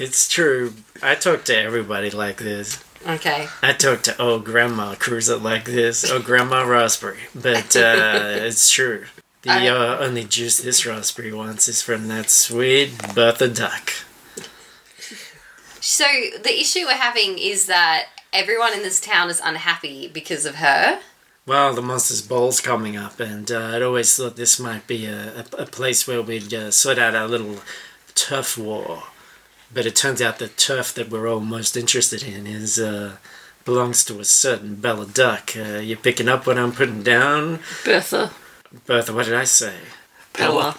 Speaker 2: it's true. I talk to everybody like this.
Speaker 5: Okay.
Speaker 2: I talk to old grandma cruiser like this. Oh, grandma raspberry. But uh, it's true. The
Speaker 5: I-
Speaker 2: uh, only juice this raspberry wants is from that sweet Bertha Duck.
Speaker 5: So the issue we're having is that everyone in this town is unhappy because of her.
Speaker 2: Well, the Monsters Ball's coming up, and uh, I'd always thought this might be a, a, a place where we'd uh, sort out our little turf war. But it turns out the turf that we're all most interested in is uh, belongs to a certain Bella Duck. Uh, you picking up what I'm putting down?
Speaker 3: Bertha.
Speaker 2: Bertha, what did I say?
Speaker 3: Bella.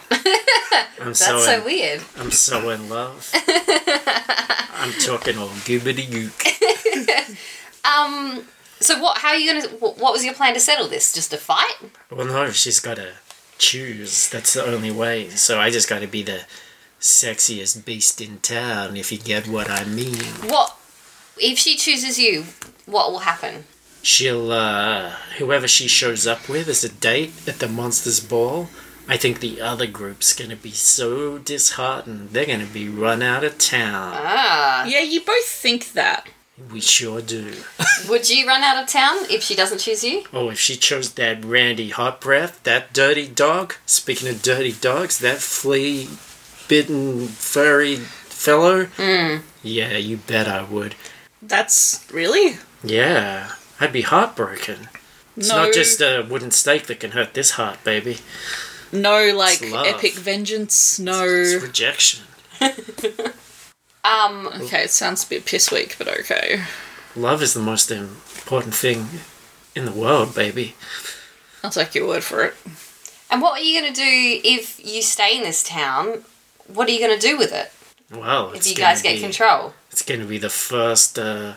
Speaker 2: I'm
Speaker 5: That's
Speaker 2: so
Speaker 5: so
Speaker 2: in,
Speaker 5: weird.
Speaker 2: I'm so in love. I'm talking all goobity gook.
Speaker 5: Um. So what? How are you gonna? wh- What was your plan to settle this? Just a fight?
Speaker 2: Well, no, she's got to choose. That's the only way. So I just got to be the sexiest beast in town, if you get what I mean.
Speaker 5: What? If she chooses you, what will happen?
Speaker 2: She'll, uh, whoever she shows up with as a date at the Monsters Ball, I think the other group's going to be so disheartened. They're going to be run out of town.
Speaker 5: Ah.
Speaker 3: Yeah, you both think that.
Speaker 2: We sure do.
Speaker 5: Would you run out of town if she doesn't choose you?
Speaker 2: Oh, if she chose that Randy Hot Breath, that dirty dog, speaking of dirty dogs, that flea bitten furry fellow,
Speaker 5: Hmm.
Speaker 2: yeah, you bet I would.
Speaker 3: That's really
Speaker 2: Yeah, I'd be heartbroken. It's
Speaker 3: no,
Speaker 2: not just a wooden stake that can hurt this heart, baby.
Speaker 3: no like
Speaker 2: love.
Speaker 3: epic
Speaker 2: It's
Speaker 3: vengeance. No.
Speaker 2: rejection.
Speaker 5: Um.
Speaker 3: Okay, it sounds a bit piss weak, but okay.
Speaker 2: Love is the most important thing in the world, baby.
Speaker 3: I'll take your word for it.
Speaker 5: And what are you gonna do if you stay in this town? What are you gonna do with it
Speaker 2: Well,
Speaker 5: if
Speaker 2: it's
Speaker 5: you guys
Speaker 2: gonna
Speaker 5: get
Speaker 2: be-
Speaker 5: control?
Speaker 2: It's going to be the first uh,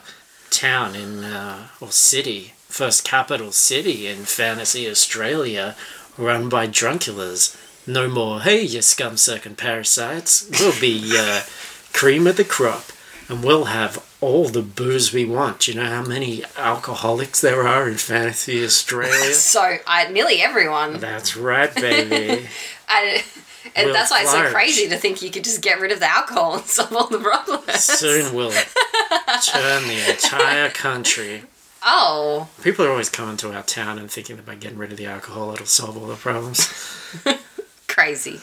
Speaker 2: town in uh, or city, first capital city in fantasy Australia, run by drunkulas. No more, hey, you scum sucking parasites. We'll be uh, cream of the crop, and we'll have all the booze we want. You know how many alcoholics there are in fantasy Australia.
Speaker 5: So I nearly everyone.
Speaker 2: That's right, baby.
Speaker 5: I, and
Speaker 2: Will
Speaker 5: that's why it's so
Speaker 2: flourish.
Speaker 5: crazy to think you could just get rid of the alcohol and solve all the problems.
Speaker 2: Soon we'll turn the entire country
Speaker 5: oh,
Speaker 2: People are always coming to our town and thinking that by getting rid of the alcohol, it'll solve all the problems.
Speaker 5: crazy!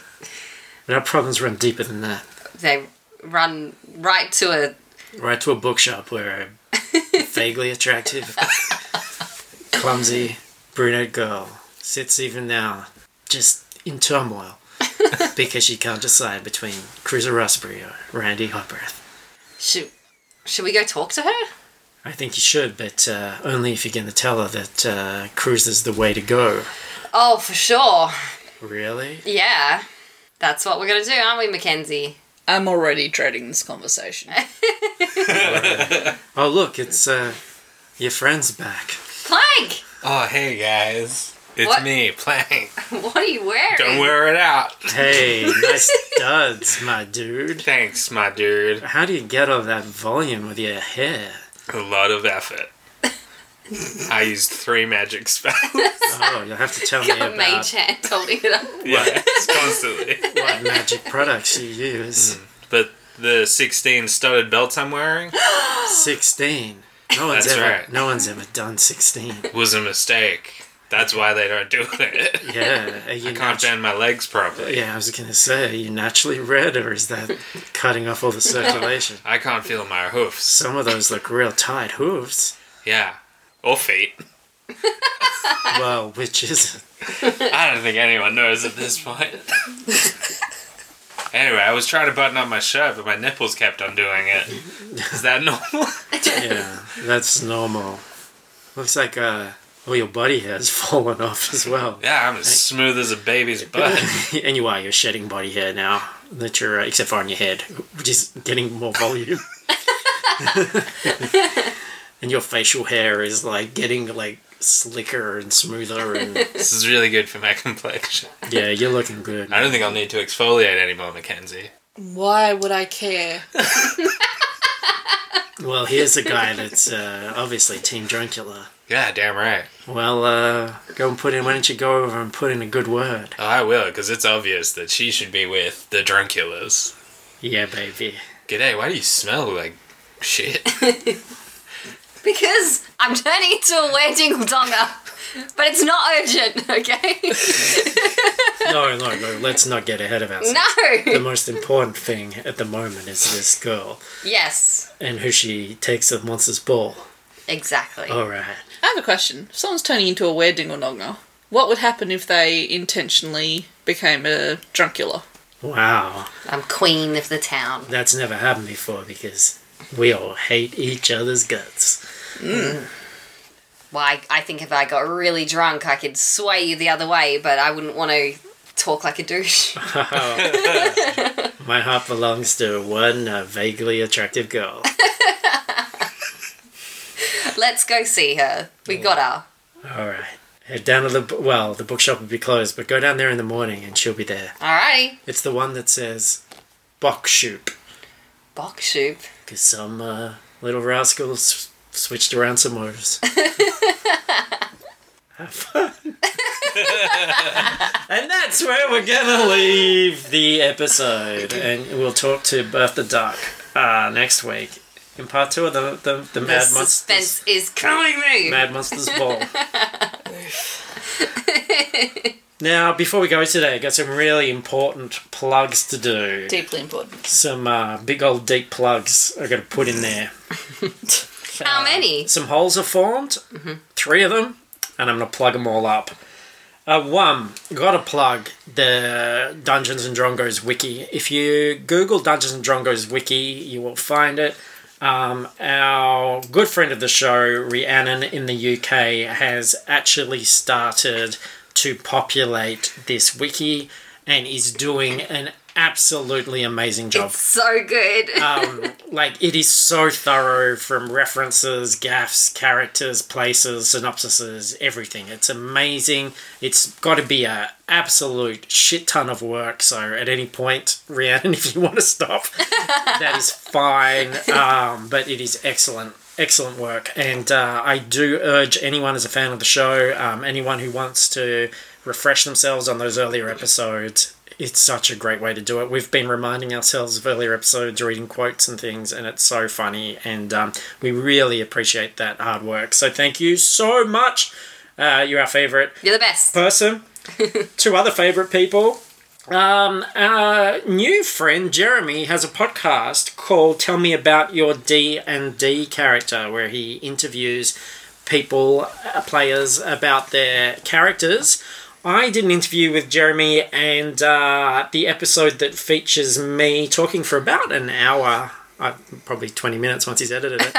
Speaker 2: But our problems run deeper than that.
Speaker 5: They run right to a
Speaker 2: Right to a bookshop where a vaguely attractive, clumsy brunette girl sits even now, just in turmoil, because she can't decide between Cruiser Raspberry or Randy Hotbreath.
Speaker 5: Should should we go talk to her?
Speaker 2: I think you should, but uh, only if you're going to tell her that uh, Cruiser's the way to go.
Speaker 5: Oh, for sure.
Speaker 2: Really?
Speaker 5: Yeah, that's what we're gonna do, aren't we, Mackenzie?
Speaker 3: I'm already dreading this conversation.
Speaker 2: Oh, look, it's uh, your friend's back.
Speaker 5: Plank,
Speaker 4: Oh, hey guys. It's
Speaker 5: What?
Speaker 4: me, Plank.
Speaker 5: what are you wearing?
Speaker 4: Don't wear it out.
Speaker 2: Hey, nice duds, my dude.
Speaker 4: Thanks, my dude.
Speaker 2: How do you get all that volume with your hair?
Speaker 4: A lot of effort. I used three magic spells.
Speaker 2: Oh, you'll have to tell me
Speaker 5: Got a
Speaker 2: about
Speaker 5: mage hand holding it up.
Speaker 4: yeah, constantly.
Speaker 2: what magic products you
Speaker 4: Hmm.
Speaker 2: use.
Speaker 4: But the 16 studded belts I'm wearing
Speaker 2: Sixteen. No one's
Speaker 4: That's
Speaker 2: ever.
Speaker 4: right.
Speaker 2: No one's ever done sixteen.
Speaker 4: was a mistake. That's why they don't do it.
Speaker 2: Yeah. Are you
Speaker 4: I can't
Speaker 2: natu-
Speaker 4: bend my legs properly.
Speaker 2: yeah, I was gonna say, are you naturally red, or is that cutting off all the circulation?
Speaker 4: I can't feel my hoofs.
Speaker 2: Some of those look real tight hooves.
Speaker 4: Yeah. Or feet.
Speaker 2: Well, which is it?
Speaker 4: I don't think anyone knows at this point. anyway, I was trying to button up my shirt, but my nipples kept on doing it. Is that normal?
Speaker 2: Yeah, that's normal. Looks like uh, all your body hair's fallen off as well.
Speaker 4: Yeah, I'm as smooth as a baby's butt.
Speaker 2: and you are, you're shedding body hair now, that you're, uh, except for on your head, which is getting more volume. and your facial hair is like getting like slicker and smoother and
Speaker 4: this is really good for my complexion.
Speaker 2: yeah you're looking good
Speaker 4: I don't think I'll need to exfoliate anymore, Mackenzie.
Speaker 3: Why would I care?
Speaker 2: well here's a guy that's uh, obviously team drunkula
Speaker 4: Yeah, damn right.
Speaker 2: well uh, go and put in why don't you go over and put in a good word
Speaker 4: Oh, I will, because it's obvious that she should be with the drunkulas.
Speaker 2: yeah baby
Speaker 4: G'day, why do you smell like shit?
Speaker 5: Because I'm turning into a weird dingle donga. But it's not urgent, okay?
Speaker 2: no no no let's not get ahead of ourselves the
Speaker 5: no!
Speaker 2: most important thing at the moment is this girl
Speaker 5: Yes,
Speaker 2: and who she takes at monster's ball
Speaker 5: exactly.
Speaker 4: Uh.
Speaker 2: all right
Speaker 3: I have a question. If someone's turning into a were dingle nogger, what would happen if they intentionally became a drunkula?
Speaker 2: wow
Speaker 5: I'm queen of the town.
Speaker 2: That's never happened before because we all hate each other's guts.
Speaker 5: Well, I, I think if I got really drunk, I could sway you the other way, but I wouldn't want to talk like a douche.
Speaker 2: My heart belongs to one uh, vaguely attractive girl.
Speaker 5: Let's go see her.
Speaker 4: Oh.
Speaker 5: We got her.
Speaker 2: All right. Head down to the b- well. The bookshop will be closed, but go down there in the morning, and she'll be there.
Speaker 5: Alrighty.
Speaker 2: It's the one that says "Bokshoop,"
Speaker 5: Bok shoop.
Speaker 2: because some uh, little rascals switched around some orders. Have fun. and that's where we're gonna leave the episode, and we'll talk to Birth the Duck uh, next week in part two of the the, the
Speaker 5: The
Speaker 2: Mad Monsters
Speaker 5: suspense is killing me.
Speaker 2: Mad Monsters Ball. now, before we go today, I've got some really important plugs to do.
Speaker 3: Deeply important.
Speaker 2: Some uh, big old deep plugs I've got to put in there.
Speaker 5: How many?
Speaker 2: Some holes are formed, three of them, and I'm going to plug them all up. Uh, one, got to plug the Dungeons and Drongos wiki. If you Google Dungeons and Drongos wiki, you will find it. Um, our good friend of the show, Rhiannon in the UK, has actually started to populate this wiki and is doing an absolutely amazing job
Speaker 5: So good.
Speaker 2: um, like it is so thorough from references, gaffs, characters, places, synopsises, everything. It's amazing. It's got to be a absolute shit ton of work. So at any point, Rhiannon, if you want to stop, that is fine. Um, but it is excellent. Excellent work. And uh, I do urge anyone as a fan of the show, um, anyone who wants to refresh themselves on those earlier episodes, it's such a great way to do it. We've been reminding ourselves of earlier episodes, reading quotes and things, and it's so funny. And um, we really appreciate that hard work. So thank you so much. Uh, you're our favorite
Speaker 5: You're the best.
Speaker 2: person, two other favorite people. Um, our new friend Jeremy has a podcast called "Tell Me About Your D and D Character," where he interviews people, uh, players about their characters. I did an interview with Jeremy, and uh, the episode that features me talking for about an hour, uh, probably twenty minutes once he's edited it.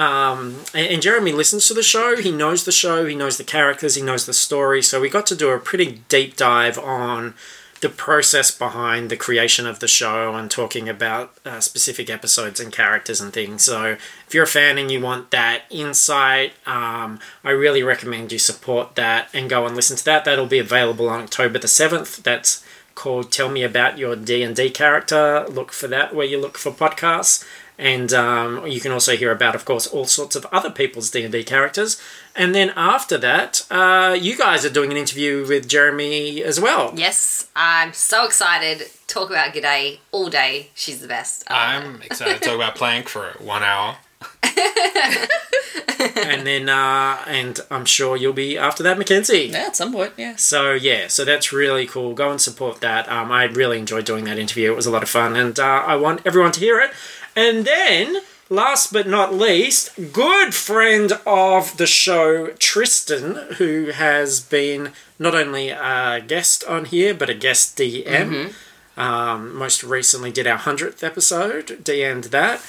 Speaker 2: And, and Jeremy listens to the show. He knows the show. He knows the characters. He knows the story. So we got to do a pretty deep dive on the process behind the creation of the show and talking about uh, specific episodes and characters and things. So if you're a fan and you want that insight, um, I really recommend you support that and go and listen to that. That'll be available on October the seventh. That's called "Tell Me About Your D and D Character." Look for that where you look for podcasts, and um, you can also hear about, of course, all sorts of other people's D and D characters. And then after that, uh, you guys are doing an interview with Jeremy as well.
Speaker 5: Yes, I'm so excited. Talk about G'day all day. She's the best. Uh,
Speaker 4: I'm excited to talk about plank for one hour.
Speaker 2: and then, uh, and I'm sure you'll be after that, Mackenzie.
Speaker 3: Yeah, at some point, yes.
Speaker 2: So yeah, so that's really cool. Go and support that. Um, I really enjoyed doing that interview. It was a lot of fun, and uh, I want everyone to hear it. And then, last but not least, good friend of the show, Tristan, who has been not only a guest on here but a guest DM. Um, most recently, did our hundredth episode, DM'd that.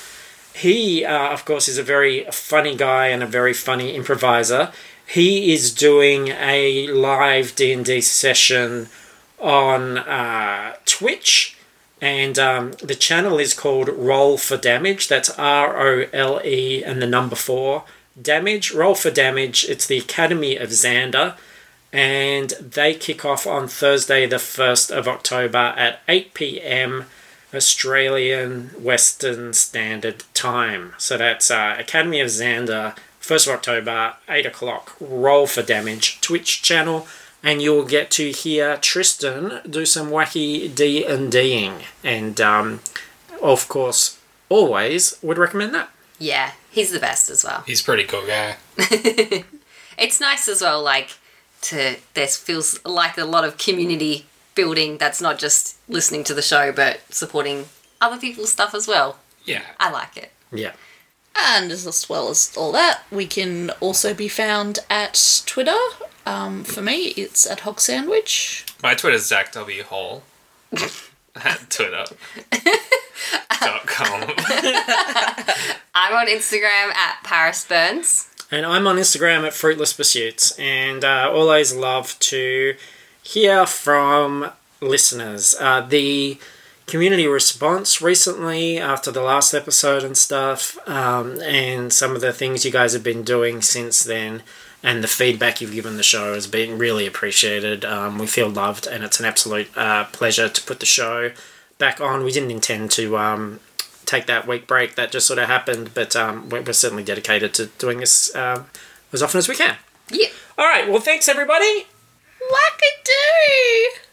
Speaker 2: He, uh, of course, is a very funny guy and a very funny improviser. He is doing a live D and D session on uh, Twitch, and um, the channel is called Roll for Damage. That's R O L E and the number four damage. Roll for Damage. It's the Academy of Xander, and they kick off on Thursday, the first of October at eight p.m. Australian Western Standard Time. So that's uh, Academy of Xander, 1st of October, 8 o'clock, Roll for Damage, Twitch channel, and you'll get to hear Tristan do some wacky D&Ding. And, um, of course, always would recommend that.
Speaker 5: Yeah, he's the best as well.
Speaker 4: He's a pretty cool guy.
Speaker 5: It's nice as well, like to this feels like a lot of community building that's not just listening to the show but supporting other people's stuff as well.
Speaker 4: Yeah.
Speaker 5: I like it.
Speaker 2: Yeah.
Speaker 3: And as well as all that, we can also be found at Twitter. Um, for me, it's at Hog Sandwich.
Speaker 4: My Twitter's Zach W. Hall. Twitter. dot com.
Speaker 5: I'm on Instagram at Paris Burns.
Speaker 2: And I'm on Instagram at Fruitless Pursuits, and uh, always love to hear from listeners. Uh, the community response recently after the last episode and stuff, um, and some of the things you guys have been doing since then, and the feedback you've given the show has been really appreciated. Um, we feel loved, and it's an absolute uh, pleasure to put the show back on. We didn't intend to um, take that week break. That just sort of happened, but um, we're, we're certainly dedicated to doing this um, as often as we can.
Speaker 5: Yeah.
Speaker 2: All right. Well, thanks everybody.
Speaker 3: Wackadoo!